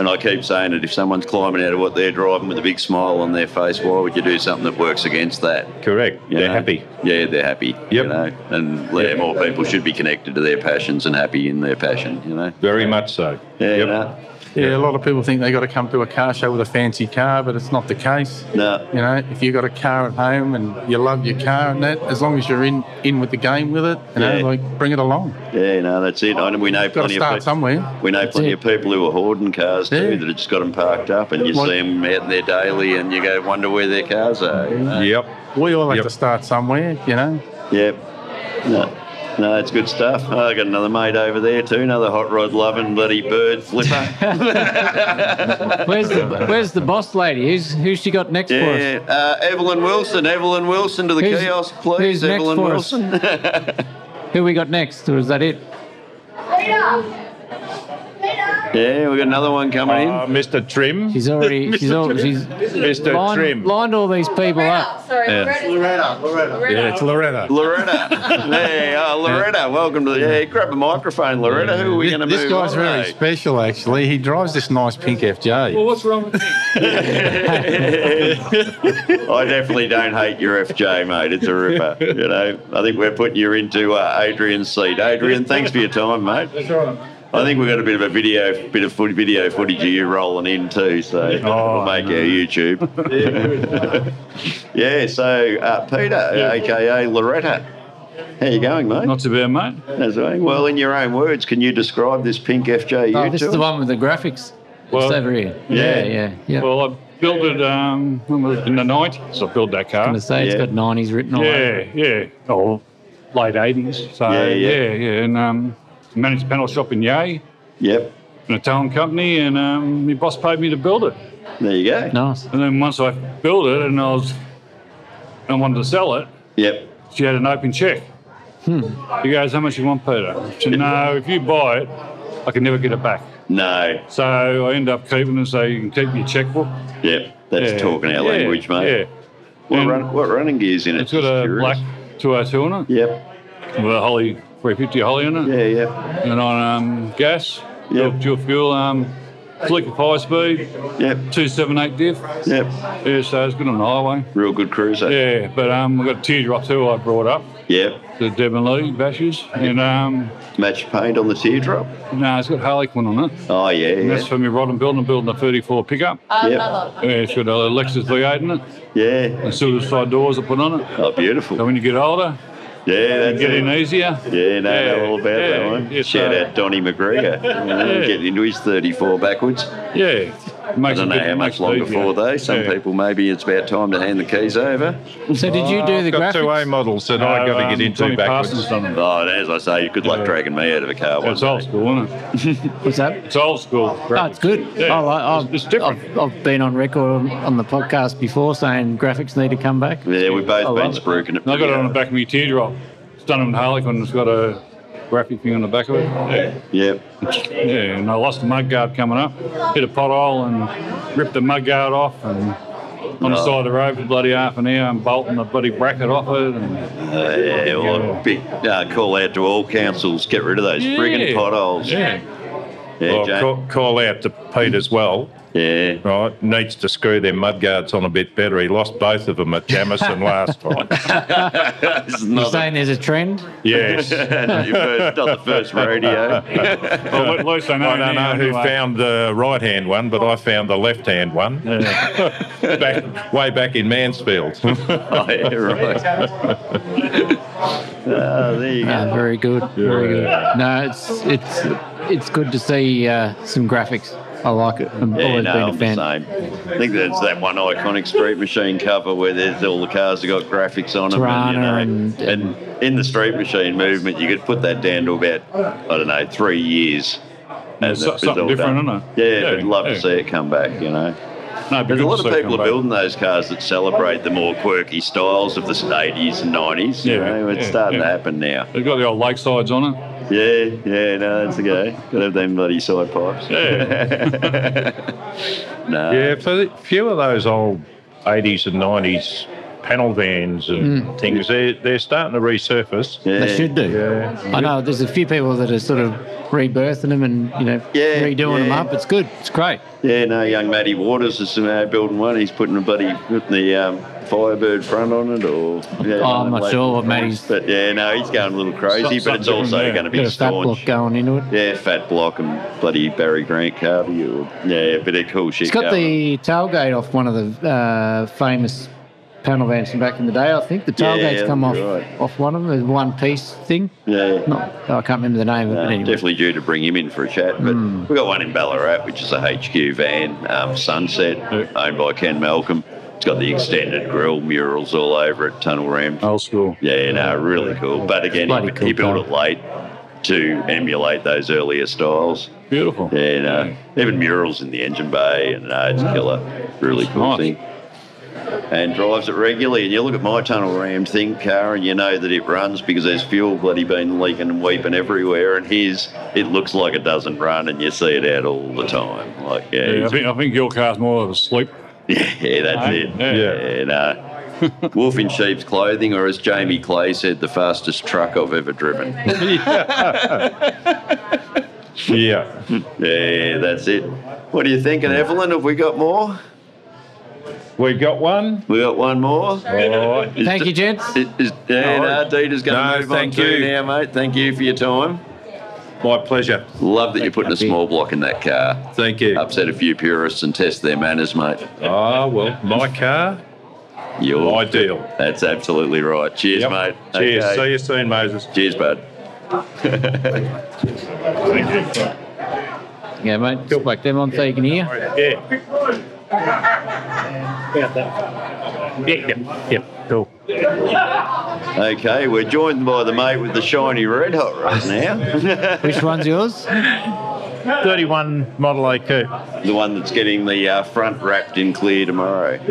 [SPEAKER 1] And I keep saying that if someone's climbing out of what they're driving with a big smile on their face, why would you do something that works against that?
[SPEAKER 11] Correct.
[SPEAKER 1] you
[SPEAKER 11] They're
[SPEAKER 1] know?
[SPEAKER 11] happy.
[SPEAKER 1] Yeah, they're happy. You
[SPEAKER 11] Yep.
[SPEAKER 1] know, and yeah,
[SPEAKER 11] Yep.
[SPEAKER 1] more people should be connected to their passions and happy in their passion. You know.
[SPEAKER 11] Very much so.
[SPEAKER 1] Yeah.
[SPEAKER 11] Yep.
[SPEAKER 1] You know?
[SPEAKER 10] Yeah, a lot of people think they got to come to a car show with a fancy car, but it's not the case.
[SPEAKER 1] No.
[SPEAKER 10] You know, if you got a car at home and you love your car and that, as long as you're in in with the game with it, you know,
[SPEAKER 1] Yeah.
[SPEAKER 10] like bring it along.
[SPEAKER 1] Yeah, no, that's it. I know we know
[SPEAKER 10] Got
[SPEAKER 1] plenty
[SPEAKER 10] to
[SPEAKER 1] of
[SPEAKER 10] start
[SPEAKER 1] pe-
[SPEAKER 10] somewhere.
[SPEAKER 1] We know plenty
[SPEAKER 2] it.
[SPEAKER 1] of people who are hoarding cars too
[SPEAKER 10] Yeah.
[SPEAKER 1] that have just got them parked up, and you
[SPEAKER 10] Like-
[SPEAKER 1] see them out in their daily, and you go wonder where their cars are. you know?
[SPEAKER 11] Yep.
[SPEAKER 10] We all have
[SPEAKER 11] Yep.
[SPEAKER 10] to start somewhere. You know.
[SPEAKER 1] Yep. No. No, it's good stuff. Oh, I got another mate over there too, another hot rod loving bloody bird flipper.
[SPEAKER 2] Where's the Where's the boss lady? Who's Who's she got next for us?
[SPEAKER 1] yeah, uh, Evelyn Wilson, Evelyn Wilson to the
[SPEAKER 2] Who's-
[SPEAKER 1] kiosk, please.
[SPEAKER 2] who's next
[SPEAKER 1] Evelyn
[SPEAKER 2] for us?
[SPEAKER 1] Wilson.
[SPEAKER 2] Who we got next, or is that it?
[SPEAKER 1] yeah, we got another one coming
[SPEAKER 11] Ah, Mr. Trim.
[SPEAKER 2] She's already she's al- she's
[SPEAKER 11] Mr.
[SPEAKER 2] lined,
[SPEAKER 11] Trim.
[SPEAKER 2] lined all these people up.
[SPEAKER 7] Oh, Sorry, Loretta. Loretta.
[SPEAKER 10] Yeah, it's Loretta.
[SPEAKER 1] in. Loretta. hey, uh, Loretta, welcome to the. Yeah, grab a microphone, Loretta. Who are we going to move
[SPEAKER 10] This guy's
[SPEAKER 1] on,
[SPEAKER 10] very
[SPEAKER 1] mate?
[SPEAKER 10] special, actually. He drives this nice pink FJ.
[SPEAKER 9] what's wrong with me?
[SPEAKER 1] I definitely don't hate your FJ, mate. It's a ripper. You know, I think we're putting you into uh, Adrian's seat. Adrian, thanks for your time, mate.
[SPEAKER 9] That's all right.
[SPEAKER 1] I think we've got a bit of a video, bit of foot, video footage of you rolling in too, so
[SPEAKER 10] Oh,
[SPEAKER 1] we'll make our YouTube. yeah, so uh, Peter, aka Loretta, how you going, mate?
[SPEAKER 4] Not too bad, mate.
[SPEAKER 1] That's right. Well, in your own words, can you describe this pink FJU?
[SPEAKER 2] Oh, this
[SPEAKER 1] to
[SPEAKER 2] is the
[SPEAKER 1] us?
[SPEAKER 2] one with the graphics.
[SPEAKER 4] Well-
[SPEAKER 2] it's over here. yeah, yeah. yeah.
[SPEAKER 4] Well, I built it um, when was it, in the 90s. I built that car.
[SPEAKER 2] I'm gonna say it's got 90s written all over
[SPEAKER 4] yeah,
[SPEAKER 2] it.
[SPEAKER 4] yeah. Oh, late 80s. So,
[SPEAKER 2] Yeah,
[SPEAKER 4] yeah,
[SPEAKER 2] yeah.
[SPEAKER 4] yeah. And um, managed a panel shop in Yay.
[SPEAKER 1] Yep.
[SPEAKER 4] An Italian company, and um, my boss paid me to build it.
[SPEAKER 1] There you go.
[SPEAKER 2] Nice.
[SPEAKER 4] And then once I built it and I was, and wanted to sell it,
[SPEAKER 1] Yep.
[SPEAKER 4] she had an open check. He goes, How much Hmm. you want, Peter? She said, No, if you buy it, I can never get it back.
[SPEAKER 1] No.
[SPEAKER 4] So I end up keeping it so you can keep your checkbook.
[SPEAKER 1] Yep, that's
[SPEAKER 4] Yeah,
[SPEAKER 1] talking our
[SPEAKER 4] yeah,
[SPEAKER 1] language, mate. What,
[SPEAKER 4] And-
[SPEAKER 1] run, what running gear's in it?
[SPEAKER 4] It's got a black 202 on it.
[SPEAKER 1] Yep.
[SPEAKER 4] With a Holly 350 Holly on it.
[SPEAKER 1] Yeah, yeah.
[SPEAKER 4] And on um, gas, dual, dual fuel, um, flick of high speed.
[SPEAKER 1] Yep.
[SPEAKER 4] 278 diff.
[SPEAKER 1] Yep.
[SPEAKER 4] Yeah, so it's good on the highway.
[SPEAKER 1] Real good cruiser.
[SPEAKER 4] Yeah, but um, we've got a teardrop too I brought up.
[SPEAKER 1] Yep.
[SPEAKER 4] The Devon Lee bashes. And um,
[SPEAKER 1] Match paint on the teardrop?
[SPEAKER 4] No, it's got Harlequin on it.
[SPEAKER 1] Oh, yeah,
[SPEAKER 4] And
[SPEAKER 1] yeah.
[SPEAKER 4] That's from your rod and building, building a 34 pickup.
[SPEAKER 1] I Yep. love
[SPEAKER 4] Yeah, it's got a Lexus V8 in it.
[SPEAKER 1] Yeah.
[SPEAKER 4] And silver side doors are put on it.
[SPEAKER 1] Oh, beautiful.
[SPEAKER 4] So when you get older,
[SPEAKER 1] Yeah, that's
[SPEAKER 4] get
[SPEAKER 1] it.
[SPEAKER 4] in easier.
[SPEAKER 1] Yeah, no, know all about that
[SPEAKER 4] yeah,
[SPEAKER 1] one.
[SPEAKER 4] yeah,
[SPEAKER 1] Shout
[SPEAKER 4] so-
[SPEAKER 1] out Donnie McGregor.
[SPEAKER 4] Yeah.
[SPEAKER 1] Getting into his 34 backwards.
[SPEAKER 4] Yeah.
[SPEAKER 1] I don't know how much longer for, though. Some people, maybe it's about time to hand the keys over.
[SPEAKER 2] So did you do the
[SPEAKER 11] I've got two
[SPEAKER 2] graphics? Um,
[SPEAKER 11] A models that i got to get into backwards.
[SPEAKER 1] Oh, and as I say, good luck dragging me out of a car one
[SPEAKER 4] It's old school, isn't
[SPEAKER 1] it?
[SPEAKER 2] What's that?
[SPEAKER 4] It's old school.
[SPEAKER 2] Oh, it's good.
[SPEAKER 4] Yeah,
[SPEAKER 2] I like-
[SPEAKER 4] it's- it's
[SPEAKER 2] I've, I've, I've been on record on, on the podcast before saying graphics need to come back.
[SPEAKER 1] Yeah, we've
[SPEAKER 2] I
[SPEAKER 1] both
[SPEAKER 2] love
[SPEAKER 1] been
[SPEAKER 2] it.
[SPEAKER 1] spruiking it.
[SPEAKER 4] And I got it on the back of my teardrop. It's done on Harlequin. It's got a graphic thing on the back of it. Yeah.
[SPEAKER 1] Yep.
[SPEAKER 4] Yeah, and I lost a mudguard coming up. Hit a pothole and ripped the mudguard off and on the
[SPEAKER 1] Oh.
[SPEAKER 4] side of the road for bloody half an hour and bolting the bloody bracket off it. And
[SPEAKER 1] Uh, yeah, well, big uh, call out to all councils. Get rid of those frigging
[SPEAKER 4] Yeah.
[SPEAKER 1] potholes.
[SPEAKER 4] Yeah.
[SPEAKER 1] Yeah,
[SPEAKER 11] Well,
[SPEAKER 1] Jane.
[SPEAKER 11] call, call out to Pete as well.
[SPEAKER 1] Yeah.
[SPEAKER 11] Right. Needs to screw their mudguards on a bit better. He lost both of them at Jamison last time.
[SPEAKER 2] You're saying there's a trend?
[SPEAKER 11] Yes.
[SPEAKER 1] Not your first- not the first rodeo.
[SPEAKER 2] Uh,
[SPEAKER 4] Well, at least I know
[SPEAKER 11] don't know
[SPEAKER 4] now uh,
[SPEAKER 11] who
[SPEAKER 4] anyway.
[SPEAKER 11] found the right hand one, but I found the left hand one. back, way back in Mansfield.
[SPEAKER 1] oh, yeah, right. there you go.
[SPEAKER 2] Ah, very good. Very good. No, it's it's it's good to see uh, some graphics. I like it. I've
[SPEAKER 1] Yeah,
[SPEAKER 2] always
[SPEAKER 1] no, I'm
[SPEAKER 2] been a
[SPEAKER 1] the
[SPEAKER 2] fan.
[SPEAKER 1] same. I think that's that one iconic street machine cover where there's all the cars that got graphics on them.
[SPEAKER 2] Tirana
[SPEAKER 1] and, you know, and, in the street machine movement, you could put that down to about, I don't know, three years. And
[SPEAKER 4] so-
[SPEAKER 1] it was
[SPEAKER 4] something
[SPEAKER 1] all
[SPEAKER 4] different,
[SPEAKER 1] done.
[SPEAKER 4] isn't it?
[SPEAKER 1] Yeah,
[SPEAKER 4] Yeah,
[SPEAKER 1] but love to
[SPEAKER 4] yeah.
[SPEAKER 1] see it come back, you know.
[SPEAKER 4] No, it'd be
[SPEAKER 1] There's
[SPEAKER 4] good
[SPEAKER 1] a lot
[SPEAKER 4] to
[SPEAKER 1] of
[SPEAKER 4] see it
[SPEAKER 1] people
[SPEAKER 4] come
[SPEAKER 1] are
[SPEAKER 4] back.
[SPEAKER 1] building those cars that celebrate the more quirky styles of the 80s and 90s. You
[SPEAKER 4] Yeah,
[SPEAKER 1] know, it's
[SPEAKER 4] yeah,
[SPEAKER 1] starting to
[SPEAKER 4] yeah.
[SPEAKER 1] happen now.
[SPEAKER 4] They've got the old lakesides on it.
[SPEAKER 1] Yeah, yeah, no, that's okay. Gotta have them bloody side pipes. no.
[SPEAKER 11] Yeah, for the, few of those old 80s and 90s panel vans and
[SPEAKER 1] Hmm.
[SPEAKER 11] things, they're, they're starting to resurface.
[SPEAKER 2] They should do. I know there's a few people that are sort of rebirthing them and you know
[SPEAKER 1] Yeah,
[SPEAKER 2] redoing them
[SPEAKER 1] yeah.
[SPEAKER 2] up. It's good. It's great.
[SPEAKER 1] Yeah, no, young Matty Waters is uh, building one. He's putting a bloody putting the um, Firebird front on it, or yeah,
[SPEAKER 2] Oh, I'm
[SPEAKER 1] one of
[SPEAKER 2] not
[SPEAKER 1] those
[SPEAKER 2] sure what
[SPEAKER 1] things.
[SPEAKER 2] Matty's-
[SPEAKER 1] But yeah, no, he's going a little crazy,
[SPEAKER 2] Some-
[SPEAKER 1] but it's
[SPEAKER 2] something
[SPEAKER 1] also
[SPEAKER 2] different, yeah.
[SPEAKER 1] going to be
[SPEAKER 2] Got a fat
[SPEAKER 1] staunch.
[SPEAKER 2] block going into it.
[SPEAKER 1] Yeah, fat block and bloody Barry Grant Carvey, or yeah, a bit of cool shit.
[SPEAKER 2] It's got
[SPEAKER 1] going on.
[SPEAKER 2] the tailgate off one of the uh, famous panel vans from back in the day. I think the
[SPEAKER 1] Yeah,
[SPEAKER 2] tailgate's
[SPEAKER 1] yeah,
[SPEAKER 2] come off
[SPEAKER 1] you're right.
[SPEAKER 2] off one of them, a one piece thing.
[SPEAKER 1] yeah.
[SPEAKER 2] Not, I can't remember the name of it.
[SPEAKER 1] Uh,
[SPEAKER 2] but Anyway.
[SPEAKER 1] Definitely due to bring him in for a chat. But
[SPEAKER 4] Hmm.
[SPEAKER 2] Mm.
[SPEAKER 1] we've got one in Ballarat, which is a HQ van, um, Sunset, owned by Ken Malcolm. It's got the extended grill murals all over it, Tunnel Ram.
[SPEAKER 4] Old school.
[SPEAKER 1] Yeah, no, really cool. But again, he,
[SPEAKER 4] Bloody cool
[SPEAKER 1] he built
[SPEAKER 4] car.
[SPEAKER 1] it late to emulate those earlier styles.
[SPEAKER 4] Beautiful.
[SPEAKER 1] Yeah, no, even murals in the engine bay, and no, it's killer. Really cool thing. And drives it regularly. And you look at my tunnel ram thing car, and you know that it runs because there's fuel bloody been leaking and weeping everywhere. And his, it looks like it doesn't run, and you see it out all the time. Like yeah,
[SPEAKER 4] Yeah, I
[SPEAKER 1] he's-
[SPEAKER 4] think, I think your car's more of a sleep.
[SPEAKER 1] yeah, that's
[SPEAKER 4] Right?
[SPEAKER 1] it.
[SPEAKER 4] Yeah.
[SPEAKER 1] And, uh, wolf in sheep's clothing, or as Jamie Clay said, the fastest truck I've ever driven.
[SPEAKER 11] yeah.
[SPEAKER 1] Yeah, that's it. What are you thinking, Evelyn? Have we got more?
[SPEAKER 11] We got one.
[SPEAKER 1] We got one more. Is-
[SPEAKER 2] Thank you, gents.
[SPEAKER 1] Is, is, yeah,
[SPEAKER 11] No.
[SPEAKER 1] no, Dita's going
[SPEAKER 11] No,
[SPEAKER 1] to move on
[SPEAKER 11] thank
[SPEAKER 1] to
[SPEAKER 11] you.
[SPEAKER 1] now, mate. Thank you for your time.
[SPEAKER 11] My pleasure.
[SPEAKER 1] Love that you're putting a small block in that car.
[SPEAKER 11] Thank you.
[SPEAKER 1] Upset a few purists and test their manners, mate.
[SPEAKER 11] Ah, well, my car.
[SPEAKER 1] Your
[SPEAKER 11] ideal.
[SPEAKER 1] That's absolutely right. Cheers,
[SPEAKER 11] Yep.
[SPEAKER 1] mate.
[SPEAKER 11] Cheers. See you soon, Moses.
[SPEAKER 1] Cheers, bud.
[SPEAKER 11] Thank you.
[SPEAKER 2] Yeah, mate. Cool. Like them on so you can hear.
[SPEAKER 11] Yeah.
[SPEAKER 8] Yeah, yeah, yeah, cool.
[SPEAKER 1] Okay, we're joined by the mate with the shiny red hot right now.
[SPEAKER 2] Which one's yours?
[SPEAKER 1] 31 Model AQ. The one that's getting the uh, front wrapped in clear tomorrow. Ah.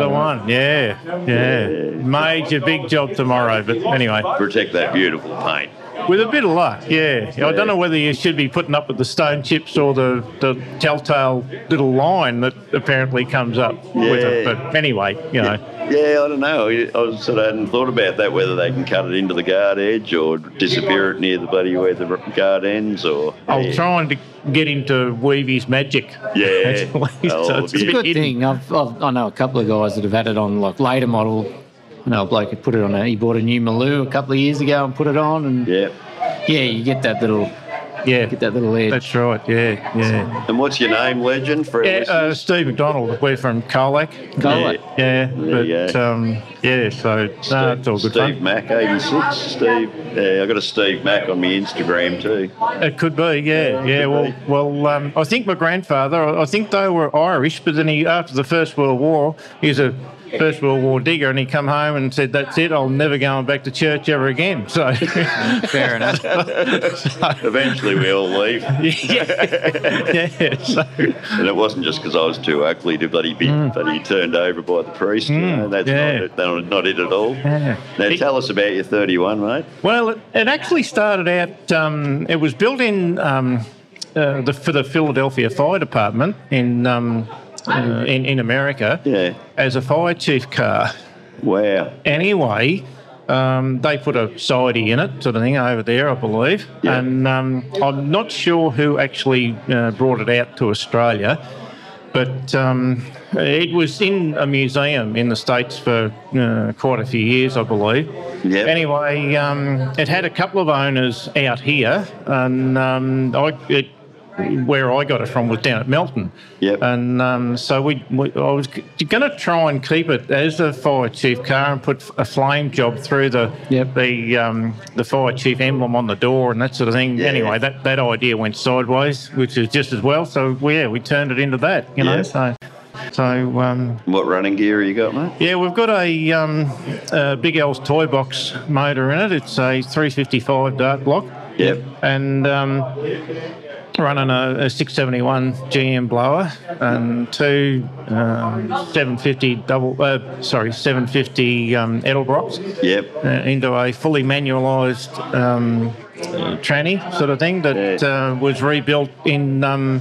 [SPEAKER 12] That's the one. Yeah, yeah. Major big job tomorrow, but anyway.
[SPEAKER 1] Protect that beautiful paint.
[SPEAKER 12] With a bit of luck, yeah. I don't know whether you should be putting up with the stone chips or the, the telltale little line that apparently comes up with it.
[SPEAKER 1] Yeah.
[SPEAKER 12] But anyway, you know.
[SPEAKER 1] Yeah, I don't know. I was- sort of hadn't thought about that whether they can cut it into the guard edge or disappear it near the bloody where the guard ends or.
[SPEAKER 12] I'll
[SPEAKER 1] yeah.
[SPEAKER 12] try and get him to weave his magic.
[SPEAKER 1] Yeah.
[SPEAKER 12] Actually, so
[SPEAKER 1] Oh,
[SPEAKER 12] it's
[SPEAKER 2] It's
[SPEAKER 12] a
[SPEAKER 2] a
[SPEAKER 12] bit
[SPEAKER 2] good
[SPEAKER 12] hidden.
[SPEAKER 2] thing. I've, I've, I know a couple of guys that have had it on like later model. I know a bloke who put it on. A, he bought a new Maloo a couple of years ago and put it on, and
[SPEAKER 1] yeah,
[SPEAKER 2] yeah, you get that little,
[SPEAKER 12] yeah,
[SPEAKER 2] get that little edge.
[SPEAKER 12] That's right. Yeah, yeah.
[SPEAKER 1] And what's your name, legend? For
[SPEAKER 12] Yeah, uh, Steve McDonald. We're from Colac.
[SPEAKER 1] Colac.
[SPEAKER 12] Yeah,
[SPEAKER 1] There you
[SPEAKER 12] but
[SPEAKER 1] go.
[SPEAKER 12] um, yeah, so no, it's all good
[SPEAKER 1] Steve
[SPEAKER 12] fun.
[SPEAKER 1] Mack, 86. Steve. Yeah, I got a Steve Mack on my Instagram too.
[SPEAKER 12] It could be, yeah, yeah. Well, well, um, I think my grandfather. I I think they were Irish, but then he, after the First World War, he was a First World War digger, and he come home and said, "That's it. I'll never go back to church ever again." So,
[SPEAKER 2] fair enough.
[SPEAKER 1] Eventually, we all leave.
[SPEAKER 12] yeah,
[SPEAKER 1] And it wasn't just because I was too ugly to bloody be
[SPEAKER 12] Mm.
[SPEAKER 1] bloody turned over by the priest. you know, that's not, it, not, not it at all. Now, tell us about your 31, mate.
[SPEAKER 12] Well, it, it actually started out. Um, it was built in um, uh, the, for the Philadelphia Fire Department in um, uh, in, in America.
[SPEAKER 1] Yeah.
[SPEAKER 12] As a fire chief car.
[SPEAKER 1] Wow.
[SPEAKER 12] Anyway. Um, they put a sidey in it, sort of thing, over there, I believe. And um, I'm not sure who actually uh, brought it out to Australia but um, it was in a museum in the states for uh, quite a few years, I believe. Anyway, um, it had a couple of owners out here, and um, I, it, where I got it from was down at Melton.
[SPEAKER 1] Yep.
[SPEAKER 12] And um, so we, we, I was going to try and keep it as a fire chief car and put a flame job through the the um, the fire chief emblem on the door and that sort of thing. Anyway, that, that idea went sideways, which is just as well. So we- yeah, we turned it into that, you know.
[SPEAKER 1] Yeah.
[SPEAKER 12] So so um,
[SPEAKER 1] What running gear you got, mate?
[SPEAKER 12] yeah, we've got a, um, a Big L's toy box motor in it. It's a 355 dart block.
[SPEAKER 1] Yep.
[SPEAKER 12] And um, running a, a 671 GM blower and two um, 750 double, uh, sorry, 750 um, Edelbrocks.
[SPEAKER 1] Yep.
[SPEAKER 12] Uh, into a fully manualised um, uh, tranny sort of thing that uh, was rebuilt in um,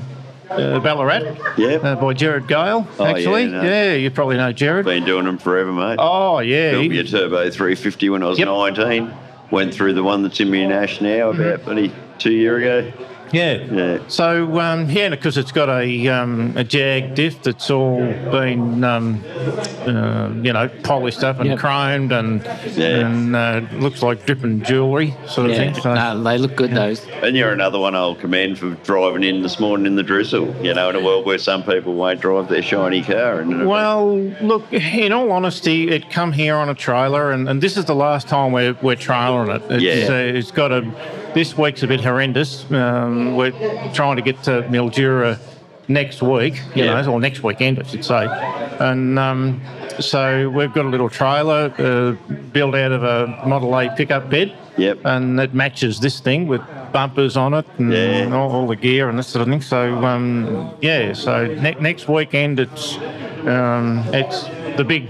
[SPEAKER 12] uh, Ballarat uh, by Jared Gale,
[SPEAKER 1] Oh, yeah,
[SPEAKER 12] actually.
[SPEAKER 1] no.
[SPEAKER 12] yeah, you probably know Jared.
[SPEAKER 1] Been doing them forever, mate.
[SPEAKER 12] Oh, yeah.
[SPEAKER 1] Built me a Turbo 350 when I was 19. Went through the one that's in my Nash now about bloody two year ago.
[SPEAKER 12] Mm-hmm. Yeah.
[SPEAKER 1] Yeah.
[SPEAKER 12] So um, yeah, because it's got a um, a jag diff that's all been um, uh, you know polished up and
[SPEAKER 2] Yep.
[SPEAKER 12] chromed and and uh, looks like dripping jewellery sort of
[SPEAKER 1] Yeah.
[SPEAKER 12] thing. So
[SPEAKER 2] they look good those.
[SPEAKER 1] And you're another one I'll commend for driving in this morning in the drizzle. You know, in a world where some people won't drive their shiny car. And
[SPEAKER 12] Well, look, in all honesty, it come here on a trailer, and, and this is the last time we're, we're trailering it. It's,
[SPEAKER 1] Yeah.
[SPEAKER 12] uh, it's got a. This week's a bit horrendous. Um, we're trying to get to Mildura next week, you
[SPEAKER 1] Yeah.
[SPEAKER 12] know, or next weekend, I should say. And um, so we've got a little trailer uh, built out of a Model A pickup bed.
[SPEAKER 1] Yep.
[SPEAKER 12] And it matches this thing with bumpers on it and all, all the gear and this sort of thing. So um, yeah, so ne- next weekend it's um, it's the big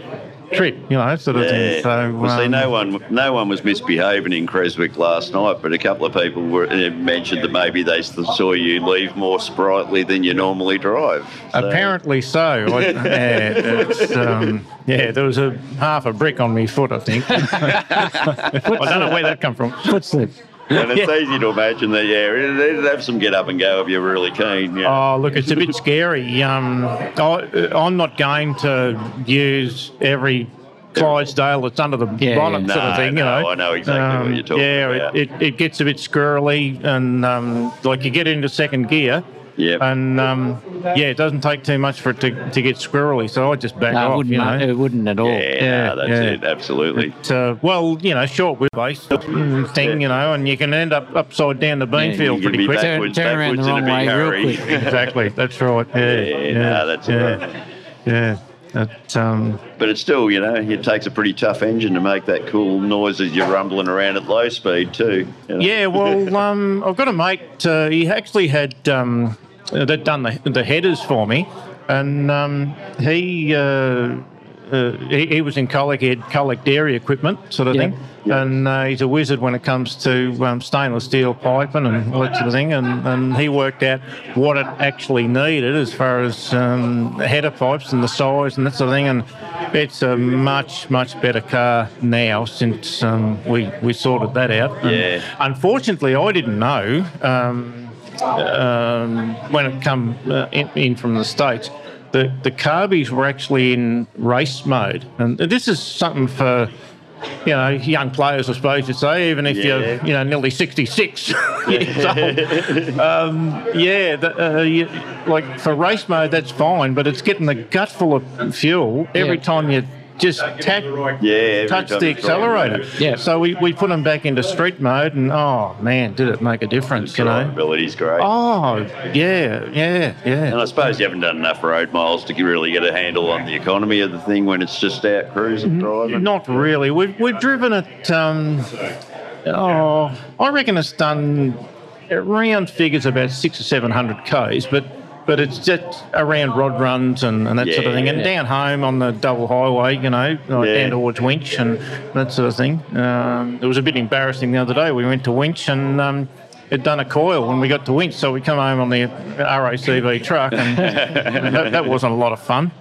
[SPEAKER 12] trip, you know, sort of thing. So
[SPEAKER 1] well, see,
[SPEAKER 12] um,
[SPEAKER 1] no one, no one was misbehaving in Creswick last night, but a couple of people were uh, mentioned that maybe they s- saw you leave more sprightly than you normally drive.
[SPEAKER 12] Apparently so. I, yeah, it's, um, yeah, there was a half a brick on me foot, I think. I don't know where that come from.
[SPEAKER 2] Foot slip.
[SPEAKER 1] And it's easy to imagine that, yeah, it'd have some get up and go if you're really keen. Yeah.
[SPEAKER 12] Oh, look, it's a bit scary. Um, I, I'm not going to use every Clydesdale that's under the bonnet
[SPEAKER 1] No,
[SPEAKER 12] sort of thing, you
[SPEAKER 1] no,
[SPEAKER 12] know. Um,
[SPEAKER 1] I know exactly what you're talking
[SPEAKER 12] yeah,
[SPEAKER 1] about.
[SPEAKER 12] it, it, it gets a bit squirrely and um, like you get into second gear.
[SPEAKER 1] Yeah.
[SPEAKER 12] And um, yeah, it doesn't take too much for it to, to get squirrely, so I just back
[SPEAKER 2] No, it
[SPEAKER 12] off.
[SPEAKER 2] wouldn't,
[SPEAKER 12] you
[SPEAKER 2] mate,
[SPEAKER 12] know.
[SPEAKER 2] it wouldn't at all.
[SPEAKER 12] Yeah,
[SPEAKER 1] no, that's
[SPEAKER 12] yeah.
[SPEAKER 1] it. Absolutely.
[SPEAKER 12] But, uh, well, you know, short wheelbase thing, you know, and you can end up upside down the bean
[SPEAKER 1] Yeah,
[SPEAKER 12] field
[SPEAKER 1] you can
[SPEAKER 12] pretty
[SPEAKER 1] be
[SPEAKER 12] quick.
[SPEAKER 1] backwards, Turn- turn around the backwards in a wrong big way real hurry. quick.
[SPEAKER 12] exactly, that's right. Yeah,
[SPEAKER 1] Yeah, no, that's
[SPEAKER 12] yeah,
[SPEAKER 1] all right.
[SPEAKER 12] Yeah, That, um,
[SPEAKER 1] But it's still, you know, it takes a pretty tough engine to make that cool noise as you're rumbling around at low speed too. you know.
[SPEAKER 12] yeah. Well, um, I've got a mate. Uh, he actually had um, that done the, the headers for me, and um, he, uh, uh, he he was in colic. He had colic dairy equipment, sort of
[SPEAKER 10] Yeah.
[SPEAKER 12] thing. And uh, he's a wizard when it comes to um, stainless steel piping and all that sort of thing. And, and he worked out what it actually needed as far as um, header pipes and the size and that sort of thing. And it's a much, much better car now since um, we, we sorted that out. And
[SPEAKER 1] Yeah.
[SPEAKER 12] Unfortunately, I didn't know um, um, when it come uh, in, in from the states. The, the Carbies were actually in race mode, and this is something for you know young players, I suppose you'd say, even if
[SPEAKER 10] Yeah.
[SPEAKER 12] you're you know nearly sixty six years old. Um, yeah, the, uh, you, like for race mode, that's fine, but it's getting the gut full of fuel every time you just tap
[SPEAKER 1] Yeah, every
[SPEAKER 12] touch
[SPEAKER 1] time
[SPEAKER 12] the
[SPEAKER 1] you try and
[SPEAKER 12] accelerator.
[SPEAKER 1] move.
[SPEAKER 12] Yeah. So we, we put them back into street mode, and oh man, did it make a difference, you know?
[SPEAKER 1] Ability's great.
[SPEAKER 12] Oh yeah, yeah, yeah.
[SPEAKER 1] And I suppose you haven't done enough road miles to really get a handle on the economy of the thing when it's just out
[SPEAKER 12] Mm-hmm.
[SPEAKER 1] cruising, driving.
[SPEAKER 12] Not really. We've we've driven it. Um, oh, I reckon it's done around figures about six or seven hundred k's, but. But it's just around rod runs and, and that sort of thing. And
[SPEAKER 10] Yeah.
[SPEAKER 12] down home on the double highway, you know, like down towards Winch and that sort of thing. Um, it was a bit embarrassing the other day. We went to Winch and um, it done a coil when we got to Winch. So we come home on the RACV truck and that, that wasn't a lot of fun.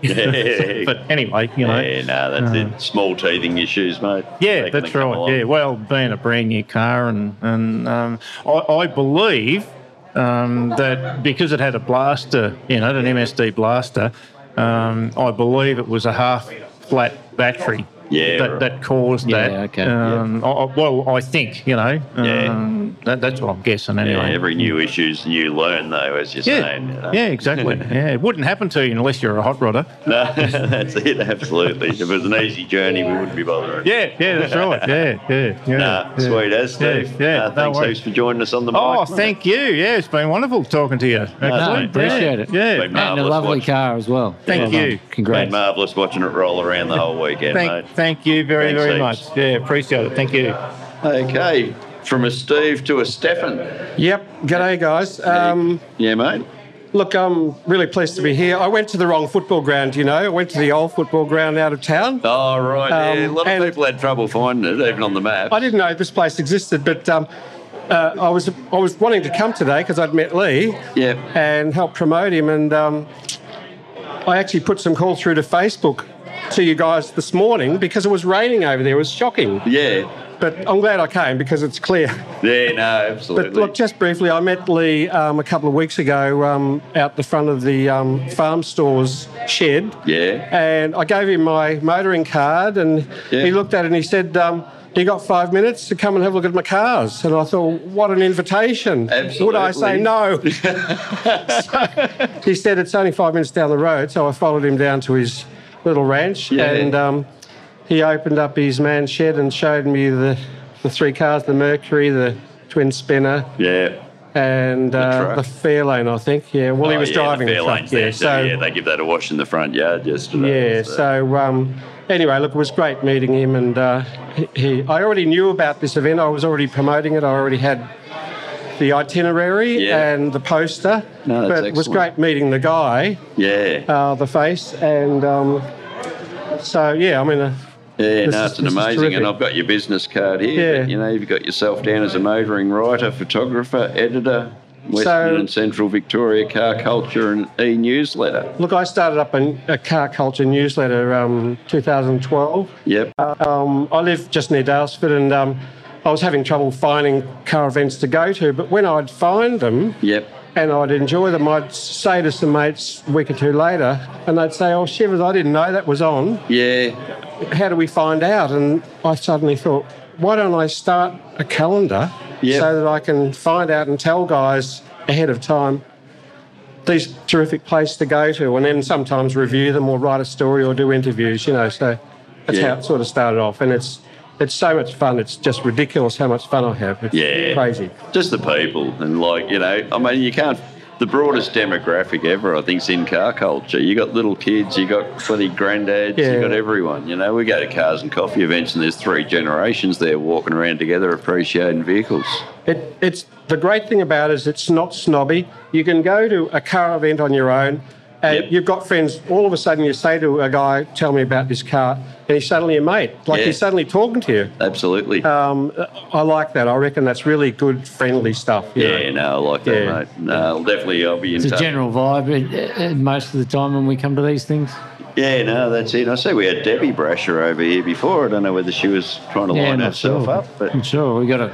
[SPEAKER 1] Yeah.
[SPEAKER 12] but anyway, you know.
[SPEAKER 1] Yeah, no, that's it. Small teething issues, mate.
[SPEAKER 12] Uh-huh. Yeah,
[SPEAKER 1] They can
[SPEAKER 12] that's
[SPEAKER 1] come
[SPEAKER 12] right.
[SPEAKER 1] along.
[SPEAKER 12] Yeah, well, being a brand new car, and and um, I, I believe um, that because it had a blaster in it, an MSD blaster, um, I believe it was a half flat battery.
[SPEAKER 1] Yeah,
[SPEAKER 12] that,
[SPEAKER 1] right.
[SPEAKER 12] that caused that.
[SPEAKER 1] okay.
[SPEAKER 12] Um, I, I- well, I think you know.
[SPEAKER 1] Yeah.
[SPEAKER 12] um, that, that's what I'm guessing
[SPEAKER 1] Yeah,
[SPEAKER 12] anyway.
[SPEAKER 1] every new issue's new learn, though, as you're
[SPEAKER 12] Yeah.
[SPEAKER 1] saying. you know.
[SPEAKER 12] yeah, exactly. yeah, it wouldn't happen to you unless you're a hot rodder.
[SPEAKER 1] no, that's it. Absolutely. If it was an easy journey, we wouldn't be bothering.
[SPEAKER 12] Yeah, yeah, that's right. Yeah, yeah, yeah.
[SPEAKER 1] Nah,
[SPEAKER 12] yeah.
[SPEAKER 1] sweet as
[SPEAKER 12] Yeah,
[SPEAKER 1] Steve.
[SPEAKER 12] yeah,
[SPEAKER 1] Nah,
[SPEAKER 12] no
[SPEAKER 1] thanks
[SPEAKER 12] worries.
[SPEAKER 1] heaps for joining us on the mic.
[SPEAKER 12] Oh, thank you. Yeah, it's been wonderful talking to you. Excellent.
[SPEAKER 2] appreciate
[SPEAKER 12] yeah.
[SPEAKER 2] it.
[SPEAKER 12] Yeah.
[SPEAKER 1] Been marvellous watching-
[SPEAKER 2] car as well.
[SPEAKER 12] Thank
[SPEAKER 2] Well
[SPEAKER 12] you.
[SPEAKER 2] done. Congrats.
[SPEAKER 1] Been marvellous watching it roll around the whole weekend, mate.
[SPEAKER 12] Thank, thank you very,
[SPEAKER 1] Thanks,
[SPEAKER 12] very
[SPEAKER 1] heaps.
[SPEAKER 12] much. Yeah, appreciate it. Thank you.
[SPEAKER 1] Okay, from a Steve to a Stefan.
[SPEAKER 7] Yep. G'day, guys. Um,
[SPEAKER 1] yeah, mate.
[SPEAKER 7] Look, I'm really pleased to be here. I went to the wrong football ground, you know. I went to the old football ground out of town.
[SPEAKER 1] Oh, right. yeah, a
[SPEAKER 7] Um,
[SPEAKER 1] lot of people had trouble finding it, even on the map.
[SPEAKER 7] I didn't know this place existed, but um, uh, I was I was wanting to come today because I'd met Lee.
[SPEAKER 1] Yeah.
[SPEAKER 7] And helped promote him, and um, I actually put some call through to Facebook to you guys this morning because it was raining over there. It was shocking.
[SPEAKER 1] Yeah.
[SPEAKER 7] But I'm glad I came because it's clear.
[SPEAKER 1] Yeah, no, absolutely.
[SPEAKER 7] But look, just briefly, I met Lee um, a couple of weeks ago um, out the front of the um, farm store's shed.
[SPEAKER 1] yeah.
[SPEAKER 7] And I gave him my motoring card, and he looked at it and he said, um, You got five minutes to come and have a look at my cars. And I thought, What an invitation. Would I say
[SPEAKER 1] Absolutely.
[SPEAKER 7] no? he said, It's only five minutes down the road. So I followed him down to his little ranch,
[SPEAKER 1] Yeah.
[SPEAKER 7] and um, he opened up his man shed and showed me the, the three cars the Mercury, the twin spinner,
[SPEAKER 1] Yeah.
[SPEAKER 7] and uh,
[SPEAKER 1] truck.
[SPEAKER 7] the Fairlane, I think. Yeah, well, he
[SPEAKER 1] Oh,
[SPEAKER 7] was
[SPEAKER 1] yeah,
[SPEAKER 7] driving
[SPEAKER 1] the
[SPEAKER 7] the,
[SPEAKER 1] fair
[SPEAKER 7] truck.
[SPEAKER 1] lanes
[SPEAKER 7] yeah,
[SPEAKER 1] there, so,
[SPEAKER 7] so-
[SPEAKER 1] yeah, they give that a wash in the front yard yesterday.
[SPEAKER 7] yeah. So um, anyway, look, it was great meeting him, and uh, he, he. I already knew about this event. I was already promoting it. I already had the itinerary
[SPEAKER 1] Yeah.
[SPEAKER 7] and the poster.
[SPEAKER 1] No, that's
[SPEAKER 7] but it was
[SPEAKER 1] excellent.
[SPEAKER 7] great meeting the guy,
[SPEAKER 1] Yeah.
[SPEAKER 7] uh, the face, and um, so yeah. I mean, uh,
[SPEAKER 1] Yeah,
[SPEAKER 7] This
[SPEAKER 1] no,
[SPEAKER 7] is-
[SPEAKER 1] it's an
[SPEAKER 7] this is
[SPEAKER 1] amazing, and
[SPEAKER 7] terrific.
[SPEAKER 1] I've got your business card here.
[SPEAKER 7] Yeah.
[SPEAKER 1] But, you know, you've got yourself down as a motoring writer, photographer, editor, Western
[SPEAKER 7] So-
[SPEAKER 1] and Central Victoria car culture and e-newsletter.
[SPEAKER 7] look, I started up a, a car culture newsletter um, 2012.
[SPEAKER 1] Yep.
[SPEAKER 7] Um, I live just near Dalesford, and um, I was having trouble finding car events to go to. But when I'd find them,
[SPEAKER 1] Yep.
[SPEAKER 7] and I'd enjoy them. I'd say to some mates a week or two later, and they'd say, "Oh shivers, I didn't know that was on."
[SPEAKER 1] Yeah.
[SPEAKER 7] how do we find out? And I suddenly thought, why don't I start a calendar
[SPEAKER 1] Yeah.
[SPEAKER 7] so that I can find out and tell guys ahead of time these terrific places to go to, and then sometimes review them or write a story or do interviews, you know. So that's
[SPEAKER 1] Yeah.
[SPEAKER 7] how it sort of started off, and it's it's so much fun. It's just ridiculous how much fun I have. It's
[SPEAKER 1] Yeah.
[SPEAKER 7] crazy.
[SPEAKER 1] Just the people. And, like, you know, I mean, you can't. The broadest demographic ever, I think, is in car culture. You got little kids, you got bloody granddads, you
[SPEAKER 7] Yeah.
[SPEAKER 1] got everyone. You know, we go to cars and coffee events, and there's three generations there walking around together appreciating vehicles.
[SPEAKER 7] It, it's the great thing about it is it's not snobby. You can go to a car event on your own, and you've got friends. All of a sudden, you say to a guy, "Tell me about this car," and he's suddenly your mate. Like
[SPEAKER 1] Yeah.
[SPEAKER 7] he's suddenly talking to you.
[SPEAKER 1] Absolutely.
[SPEAKER 7] Um, I like that. I reckon that's really good, friendly stuff. you know.
[SPEAKER 1] yeah, no, I like that,
[SPEAKER 7] Yeah.
[SPEAKER 1] mate. No, definitely, I'll be in
[SPEAKER 2] It's a
[SPEAKER 1] touch.
[SPEAKER 2] general vibe uh, uh, most of the time when we come to these things.
[SPEAKER 1] Yeah, no, that's it. I say we had Debbie Brasher over here before. I don't know whether she was trying to line
[SPEAKER 2] not
[SPEAKER 1] herself
[SPEAKER 2] sure.
[SPEAKER 1] up, but
[SPEAKER 2] I'm sure we got to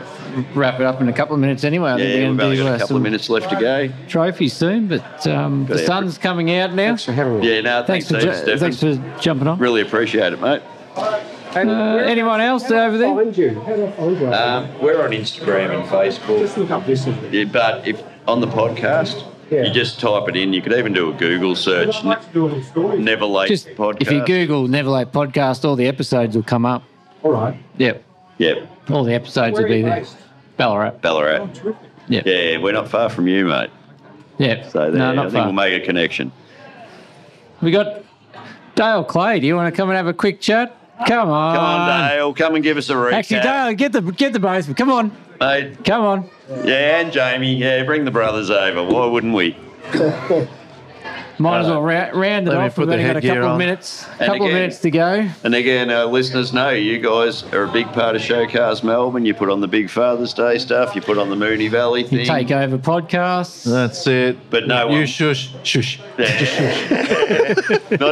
[SPEAKER 2] wrap it up in a couple of minutes anyway. I think
[SPEAKER 1] yeah,
[SPEAKER 2] we're
[SPEAKER 1] we've
[SPEAKER 2] gonna
[SPEAKER 1] only
[SPEAKER 2] do,
[SPEAKER 1] got a
[SPEAKER 2] uh,
[SPEAKER 1] couple
[SPEAKER 2] some
[SPEAKER 1] of minutes left to go.
[SPEAKER 2] Trophies soon, but um,
[SPEAKER 1] Got
[SPEAKER 2] the
[SPEAKER 1] it.
[SPEAKER 2] sun's coming out now. Thanks
[SPEAKER 7] for having
[SPEAKER 1] Yeah, no,
[SPEAKER 2] Thanks
[SPEAKER 1] thanks,
[SPEAKER 2] for,
[SPEAKER 1] heaps,
[SPEAKER 2] ju-
[SPEAKER 1] Stefan.
[SPEAKER 2] thanks for jumping on.
[SPEAKER 1] Really appreciate it, mate.
[SPEAKER 2] Uh, anyone else over there?
[SPEAKER 7] Find you. How do I find you?
[SPEAKER 1] Um, we're on Instagram and Facebook.
[SPEAKER 7] Just look up this.
[SPEAKER 1] Yeah, but if on the podcast,
[SPEAKER 7] Yeah.
[SPEAKER 1] you just type it in. You could even do a Google search.
[SPEAKER 7] I'd like to do it in stories.
[SPEAKER 1] Never late
[SPEAKER 2] Just
[SPEAKER 1] podcast.
[SPEAKER 2] if you Google Never Late Podcast, all the episodes will come up.
[SPEAKER 7] All right.
[SPEAKER 2] Yep.
[SPEAKER 1] Yep.
[SPEAKER 2] All the episodes
[SPEAKER 1] Where
[SPEAKER 2] will
[SPEAKER 1] are
[SPEAKER 2] be
[SPEAKER 1] you
[SPEAKER 2] there.
[SPEAKER 1] based?
[SPEAKER 2] Ballarat.
[SPEAKER 1] Ballarat.
[SPEAKER 2] Yeah.
[SPEAKER 1] Yeah, we're not far from you, mate.
[SPEAKER 2] Yep.
[SPEAKER 1] So there,
[SPEAKER 2] no,
[SPEAKER 1] I
[SPEAKER 2] not
[SPEAKER 1] think
[SPEAKER 2] far.
[SPEAKER 1] we'll make a connection.
[SPEAKER 2] We got Dale Clay. Do you want to come and have a quick chat? Come on.
[SPEAKER 1] Come on, Dale. Come and give us a recap.
[SPEAKER 2] Actually, Dale, get the get the both. Come on.
[SPEAKER 1] Mate,
[SPEAKER 2] Come on.
[SPEAKER 1] Yeah, and Jamie. Yeah, bring the brothers over. Why wouldn't we?
[SPEAKER 2] Might as well ra- round it
[SPEAKER 1] Let me
[SPEAKER 2] off.
[SPEAKER 1] put
[SPEAKER 2] We've
[SPEAKER 1] the
[SPEAKER 2] only got a
[SPEAKER 1] headgear
[SPEAKER 2] couple of
[SPEAKER 1] on.
[SPEAKER 2] minutes.
[SPEAKER 1] And
[SPEAKER 2] couple of
[SPEAKER 1] again-
[SPEAKER 2] minutes to go.
[SPEAKER 1] And again, our listeners know you guys are a big part of Show Cars Melbourne. You put on the big Father's Day stuff. You put on the Mooney Valley
[SPEAKER 2] You
[SPEAKER 1] thing.
[SPEAKER 2] take over podcasts.
[SPEAKER 1] That's it. But no one. You
[SPEAKER 12] shush, shush.
[SPEAKER 1] Not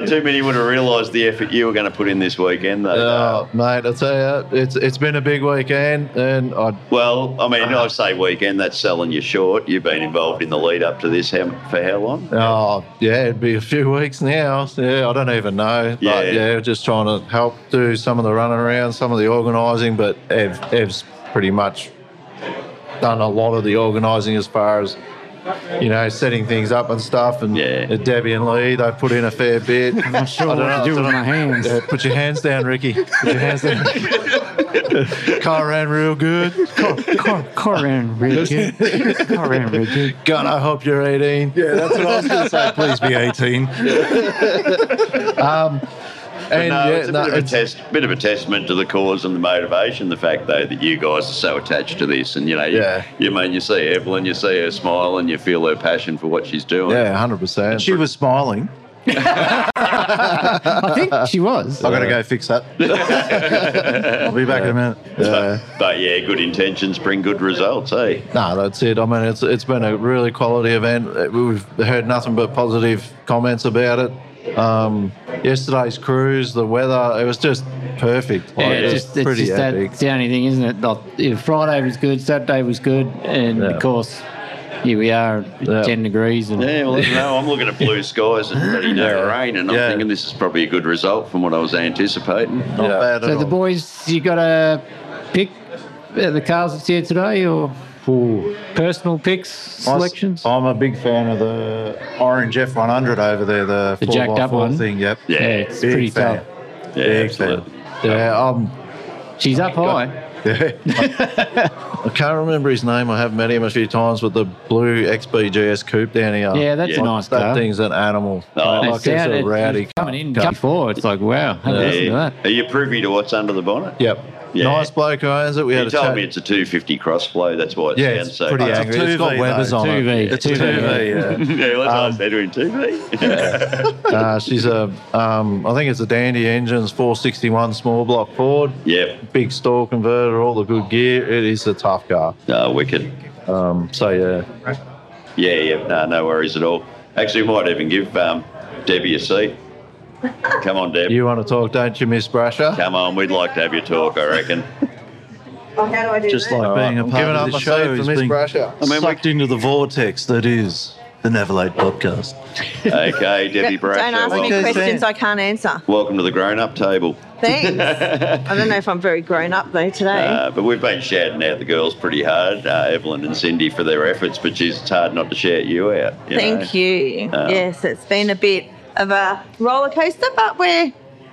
[SPEAKER 1] too many would have realised the effort you were going to put in this weekend, though.
[SPEAKER 2] Uh,
[SPEAKER 13] Oh, mate, I tell you, it's it's been a big weekend, and I
[SPEAKER 1] well, I mean, I say weekend. That's selling you short. You've been involved in the lead up to this how, for how long?
[SPEAKER 13] oh yeah, it'd be a few weeks now. Yeah, I don't even know. But
[SPEAKER 1] Yeah.
[SPEAKER 13] yeah, just trying to help do some of the running around, some of the organising, but Ev, Ev's pretty much done a lot of the organising as far as you know setting things up and stuff. And yeah. Debbie and Lee, they put in a fair bit. I'm not
[SPEAKER 2] sure what to do with my hands.
[SPEAKER 13] Yeah, put your hands down, Ricky. Put your hands down. Car ran real good. Car,
[SPEAKER 2] car, car ran real good. Car ran real good.
[SPEAKER 13] God, I hope you're 18. Yeah, that's what I was going to say. Please be 18. um,
[SPEAKER 1] But
[SPEAKER 13] and
[SPEAKER 1] no,
[SPEAKER 13] yeah,
[SPEAKER 1] it's a
[SPEAKER 13] no,
[SPEAKER 1] bit of a
[SPEAKER 13] it's-
[SPEAKER 1] test, bit of a testament to the cause and the motivation. The fact though that you guys are so attached to this, and you know,
[SPEAKER 13] Yeah.
[SPEAKER 1] you, you mean you see Evelyn, you see her smile, and you feel her passion for what she's doing.
[SPEAKER 13] yeah, 100%. she was smiling.
[SPEAKER 2] I think she was.
[SPEAKER 13] I've got to go fix that. I'll be back in a minute. Yeah.
[SPEAKER 1] But yeah, good intentions bring good results, eh?
[SPEAKER 13] No, that's it. I mean, it's it's been a really quality event. Uh, We've heard nothing but positive comments about it. Um, yesterday's cruise, the weather, it was just perfect.
[SPEAKER 2] Yeah,
[SPEAKER 13] Like, it
[SPEAKER 2] it's
[SPEAKER 13] was
[SPEAKER 2] just, it's
[SPEAKER 13] pretty
[SPEAKER 2] just that,
[SPEAKER 13] epic.
[SPEAKER 2] it's the only thing, isn't it? Like, yeah, Friday was good, Saturday was good, and of course, here we are, at 10 degrees. And
[SPEAKER 1] Yeah, well, no, I'm looking at blue skies and bloody no rain, and I'm thinking this is probably a good result from what I was anticipating. Not
[SPEAKER 13] bad
[SPEAKER 2] So the boys, you got to pick uh, the cars that's here today, or personal picks selection?
[SPEAKER 13] I, am a big fan of the orange F100 over there, the,
[SPEAKER 2] The
[SPEAKER 13] 4
[SPEAKER 2] jacked
[SPEAKER 13] by
[SPEAKER 2] up
[SPEAKER 13] 4
[SPEAKER 2] one?
[SPEAKER 13] thing. Yep.
[SPEAKER 2] Yeah, it's pretty
[SPEAKER 13] fan.
[SPEAKER 1] Yeah,
[SPEAKER 13] big
[SPEAKER 1] absolutely.
[SPEAKER 13] fan. Yeah, um,
[SPEAKER 2] she's up high.
[SPEAKER 13] yeah. I, can't remember his name. I have met him a few times with the blue XBGS coupe down here.
[SPEAKER 2] Yeah, that's a
[SPEAKER 13] Like,
[SPEAKER 2] nice
[SPEAKER 13] That
[SPEAKER 2] car.
[SPEAKER 13] thing's an animal.
[SPEAKER 1] Oh.
[SPEAKER 13] like, it's a rowdy
[SPEAKER 2] it's coming in before. It's like wow. Have a listen to that.
[SPEAKER 1] Are you privy to what's under the bonnet?
[SPEAKER 13] Yep.
[SPEAKER 1] Yeah.
[SPEAKER 13] Nice bloke who owns it. We
[SPEAKER 1] you
[SPEAKER 13] had a
[SPEAKER 1] told
[SPEAKER 13] chat.
[SPEAKER 1] me it's a 250 crossflow. That's why it
[SPEAKER 13] Yeah,
[SPEAKER 1] sounds
[SPEAKER 13] it's
[SPEAKER 1] so
[SPEAKER 13] pretty angry. It's got Webers on it. 2V, It's Um, a 2V, 2V, yeah.
[SPEAKER 1] yeah, let's ask that to him, 2V.
[SPEAKER 13] uh, she's a, um, I think it's a Dandy Engines 461 small block Ford.
[SPEAKER 1] Yep.
[SPEAKER 13] Big stall converter, all the good gear. It is a tough car.
[SPEAKER 1] Oh, wicked.
[SPEAKER 13] Um, so yeah,
[SPEAKER 1] Yeah, yeah, no, no worries at all. Actually, we might even give um, Debbie a seat. Come on, Deb.
[SPEAKER 13] you want to talk, don't you, Miss Brasher?
[SPEAKER 1] Come on, we'd like to have your talk, I reckon.
[SPEAKER 14] Oh, how do I do
[SPEAKER 13] Just
[SPEAKER 14] that?
[SPEAKER 13] like being a part
[SPEAKER 14] giving
[SPEAKER 13] of
[SPEAKER 14] up
[SPEAKER 13] the
[SPEAKER 14] my
[SPEAKER 13] show
[SPEAKER 14] seat for
[SPEAKER 13] is
[SPEAKER 14] Miss
[SPEAKER 13] being
[SPEAKER 14] Brasher.
[SPEAKER 13] sucked into the vortex that is the Navalade podcast.
[SPEAKER 1] Okay, Debbie Bradshaw.
[SPEAKER 14] Don't ask me
[SPEAKER 1] welcome-
[SPEAKER 14] questions I can't answer.
[SPEAKER 1] Welcome to the grown-up table.
[SPEAKER 14] Thanks. I don't know if I'm very grown up though today.
[SPEAKER 1] Uh, but we've been shouting out the girls pretty hard, uh, Evelyn and Cindy, for their efforts. But geez, it's hard not to shout you out. you know.
[SPEAKER 14] Thank you.
[SPEAKER 1] Um,
[SPEAKER 14] yes, it's been a bit of a roller coaster, but we're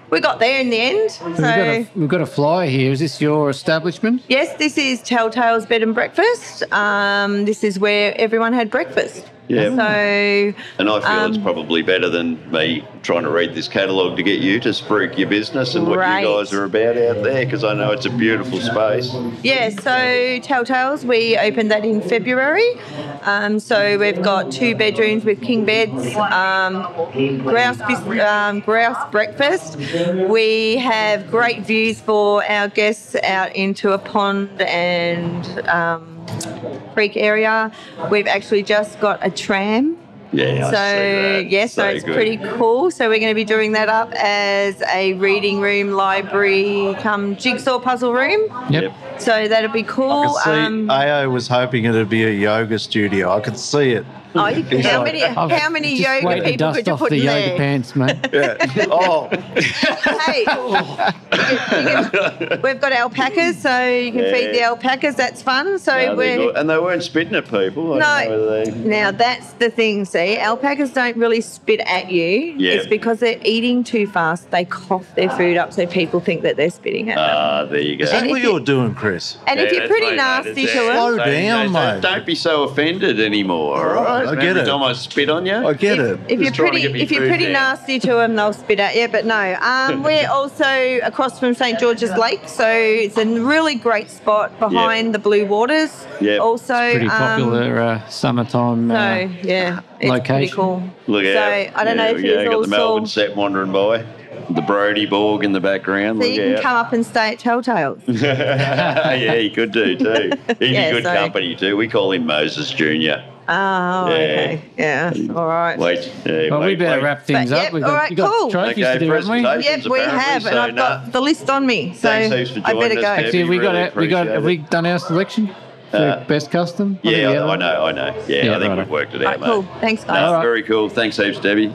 [SPEAKER 14] we got there in the end.
[SPEAKER 2] We've got, a,
[SPEAKER 14] So
[SPEAKER 2] we've got a flyer here. Is this your establishment?
[SPEAKER 14] yes, this is Telltale's Bed and Breakfast. Um, this is where everyone had breakfast.
[SPEAKER 1] Yeah.
[SPEAKER 14] So
[SPEAKER 1] And I feel it's
[SPEAKER 14] um,
[SPEAKER 1] probably better than me trying to read this catalogue to get you to spruik your business and what
[SPEAKER 14] Right.
[SPEAKER 1] you guys are about out there, because I know it's a beautiful space.
[SPEAKER 14] Yeah, so Telltales, we opened that in February. Um, so we've got two bedrooms with king beds, um, grouse, bis- um, grouse breakfast. We have great views for our guests out into a pond and um, creek area. We've actually just got a tram.
[SPEAKER 1] Yeah. I
[SPEAKER 14] So
[SPEAKER 1] see that.
[SPEAKER 14] yes, so, it's pretty cool. So we're going to be doing that up as a reading room, library, come jigsaw puzzle room.
[SPEAKER 13] Yep.
[SPEAKER 14] So that'll be
[SPEAKER 13] I
[SPEAKER 14] cool.
[SPEAKER 13] could see
[SPEAKER 14] Um,
[SPEAKER 13] AO was hoping it'd be a yoga studio. I could see it.
[SPEAKER 14] oh, you can, how many
[SPEAKER 13] I've
[SPEAKER 14] how many
[SPEAKER 13] just
[SPEAKER 14] yoga
[SPEAKER 13] waited to
[SPEAKER 14] people
[SPEAKER 13] dust
[SPEAKER 14] could you
[SPEAKER 13] off
[SPEAKER 14] put
[SPEAKER 13] the
[SPEAKER 14] in
[SPEAKER 13] yoga
[SPEAKER 14] there?
[SPEAKER 2] Pants, mate.
[SPEAKER 13] Oh,
[SPEAKER 14] hey, Um, we've got alpacas, so you can feed the
[SPEAKER 1] Yeah.
[SPEAKER 14] alpacas. That's fun. So
[SPEAKER 1] No, they're
[SPEAKER 14] we're
[SPEAKER 1] good. and they weren't spitting at people. I don't know
[SPEAKER 14] No.
[SPEAKER 1] whether they-
[SPEAKER 14] Now that's the thing. See, alpacas don't really spit at you.
[SPEAKER 1] Yeah.
[SPEAKER 14] It's because they're eating too fast. They cough their food up, so people think that they're spitting at them.
[SPEAKER 1] Ah, there you go.
[SPEAKER 14] Is that And what if you-
[SPEAKER 13] you're doing, Chris?
[SPEAKER 14] And if you're pretty nasty to it,
[SPEAKER 13] Slow down,
[SPEAKER 1] Don't,
[SPEAKER 13] mate.
[SPEAKER 1] don't be so offended anymore. All right,
[SPEAKER 13] I get
[SPEAKER 1] Every
[SPEAKER 13] it.
[SPEAKER 1] time I spit on you, I
[SPEAKER 13] get it.
[SPEAKER 14] if you're pretty, if you're pretty nasty to them, they'll spit at you. But no, um, we're also across from St George's Lake, so it's a really great spot behind the Blue Waters.
[SPEAKER 2] Yeah.
[SPEAKER 14] Also,
[SPEAKER 2] Pretty
[SPEAKER 14] Um,
[SPEAKER 2] popular uh, summertime.
[SPEAKER 14] so
[SPEAKER 2] uh,
[SPEAKER 14] yeah, it's pretty
[SPEAKER 2] location.
[SPEAKER 14] cool.
[SPEAKER 1] Look
[SPEAKER 14] so
[SPEAKER 1] out.
[SPEAKER 14] I don't know
[SPEAKER 1] There
[SPEAKER 14] if
[SPEAKER 1] we
[SPEAKER 14] you
[SPEAKER 1] go. Got
[SPEAKER 14] all
[SPEAKER 1] the
[SPEAKER 14] saw.
[SPEAKER 1] Melbourne set wandering by. The Brody Borg in the background.
[SPEAKER 14] So
[SPEAKER 1] Look
[SPEAKER 14] you can
[SPEAKER 1] out.
[SPEAKER 14] come up and stay at Telltale's.
[SPEAKER 1] yeah, he could do too. He'd
[SPEAKER 14] Yeah,
[SPEAKER 1] be good
[SPEAKER 14] so-
[SPEAKER 1] company too. We call him Moses Junior.
[SPEAKER 14] Oh, okay. Yeah. All right.
[SPEAKER 1] Wait, yeah,
[SPEAKER 2] Well, we
[SPEAKER 1] wait,
[SPEAKER 2] better
[SPEAKER 1] wait.
[SPEAKER 2] wrap things
[SPEAKER 14] But,
[SPEAKER 2] up.
[SPEAKER 14] yep,
[SPEAKER 2] We've
[SPEAKER 14] all
[SPEAKER 2] got,
[SPEAKER 14] right,
[SPEAKER 2] we've got
[SPEAKER 14] cool.
[SPEAKER 2] trophies to do, haven't we?
[SPEAKER 14] Yep, we have, and I've got the list on me. So
[SPEAKER 2] Thanks heaps for
[SPEAKER 14] I better
[SPEAKER 2] joining
[SPEAKER 14] go.
[SPEAKER 2] us, Actually, have we got
[SPEAKER 1] really
[SPEAKER 2] a- we got- have
[SPEAKER 1] appreciate
[SPEAKER 2] we done our selection for
[SPEAKER 1] Uh,
[SPEAKER 2] best custom? I think
[SPEAKER 1] Yeah,
[SPEAKER 2] we
[SPEAKER 1] I, I
[SPEAKER 2] have.
[SPEAKER 1] know, I know. Yeah,
[SPEAKER 2] Yeah,
[SPEAKER 1] I think
[SPEAKER 2] righto.
[SPEAKER 1] we've worked it
[SPEAKER 14] All
[SPEAKER 1] out,
[SPEAKER 14] right, cool.
[SPEAKER 1] mate.
[SPEAKER 14] Thanks,
[SPEAKER 1] No,
[SPEAKER 14] guys.
[SPEAKER 1] Very cool. Thanks heaps, Debbie.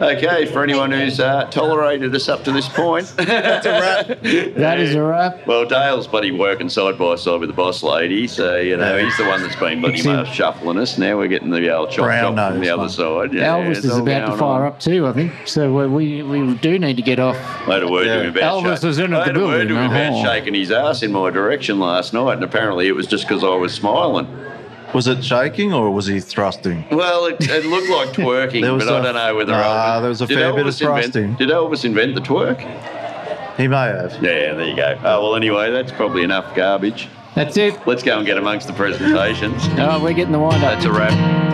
[SPEAKER 1] Okay, for anyone who's uh, tolerated us up to this point, that's a wrap.
[SPEAKER 2] That is a wrap.
[SPEAKER 1] Well, Dale's bloody working side by side with the boss lady, so you know he's the one that's been bloody
[SPEAKER 2] It's him.
[SPEAKER 1] shuffling us. Now we're getting the old chop
[SPEAKER 2] Brown
[SPEAKER 1] chop from
[SPEAKER 2] nose,
[SPEAKER 1] the other side. Yeah,
[SPEAKER 2] Elvis
[SPEAKER 1] it's
[SPEAKER 2] is
[SPEAKER 1] all
[SPEAKER 2] about to
[SPEAKER 1] going on.
[SPEAKER 2] fire up too, I think. So uh, we we do need to get off.
[SPEAKER 1] I had a word to him about
[SPEAKER 2] Elvis
[SPEAKER 1] sha-
[SPEAKER 2] was in
[SPEAKER 1] I
[SPEAKER 2] at the
[SPEAKER 1] had a word
[SPEAKER 2] building.
[SPEAKER 1] to him
[SPEAKER 2] Oh.
[SPEAKER 1] about shaking his ass in my direction last night, and apparently it was just because I was smiling.
[SPEAKER 13] Was it shaking or was he thrusting?
[SPEAKER 1] Well, it, it looked like twerking,
[SPEAKER 13] There was
[SPEAKER 1] but I I
[SPEAKER 13] a-
[SPEAKER 1] don't know whether
[SPEAKER 13] Ah,
[SPEAKER 1] Elvis.
[SPEAKER 13] there was a
[SPEAKER 1] Did
[SPEAKER 13] fair bit of
[SPEAKER 1] Elvis invent-
[SPEAKER 13] thrusting.
[SPEAKER 1] Did Elvis invent the twerk?
[SPEAKER 13] He may have.
[SPEAKER 1] Yeah, there you go. Oh, well, anyway, that's probably enough garbage.
[SPEAKER 2] That's it.
[SPEAKER 1] Let's go and get amongst the presentations.
[SPEAKER 2] Oh, we're getting the wind up.
[SPEAKER 1] That's a wrap.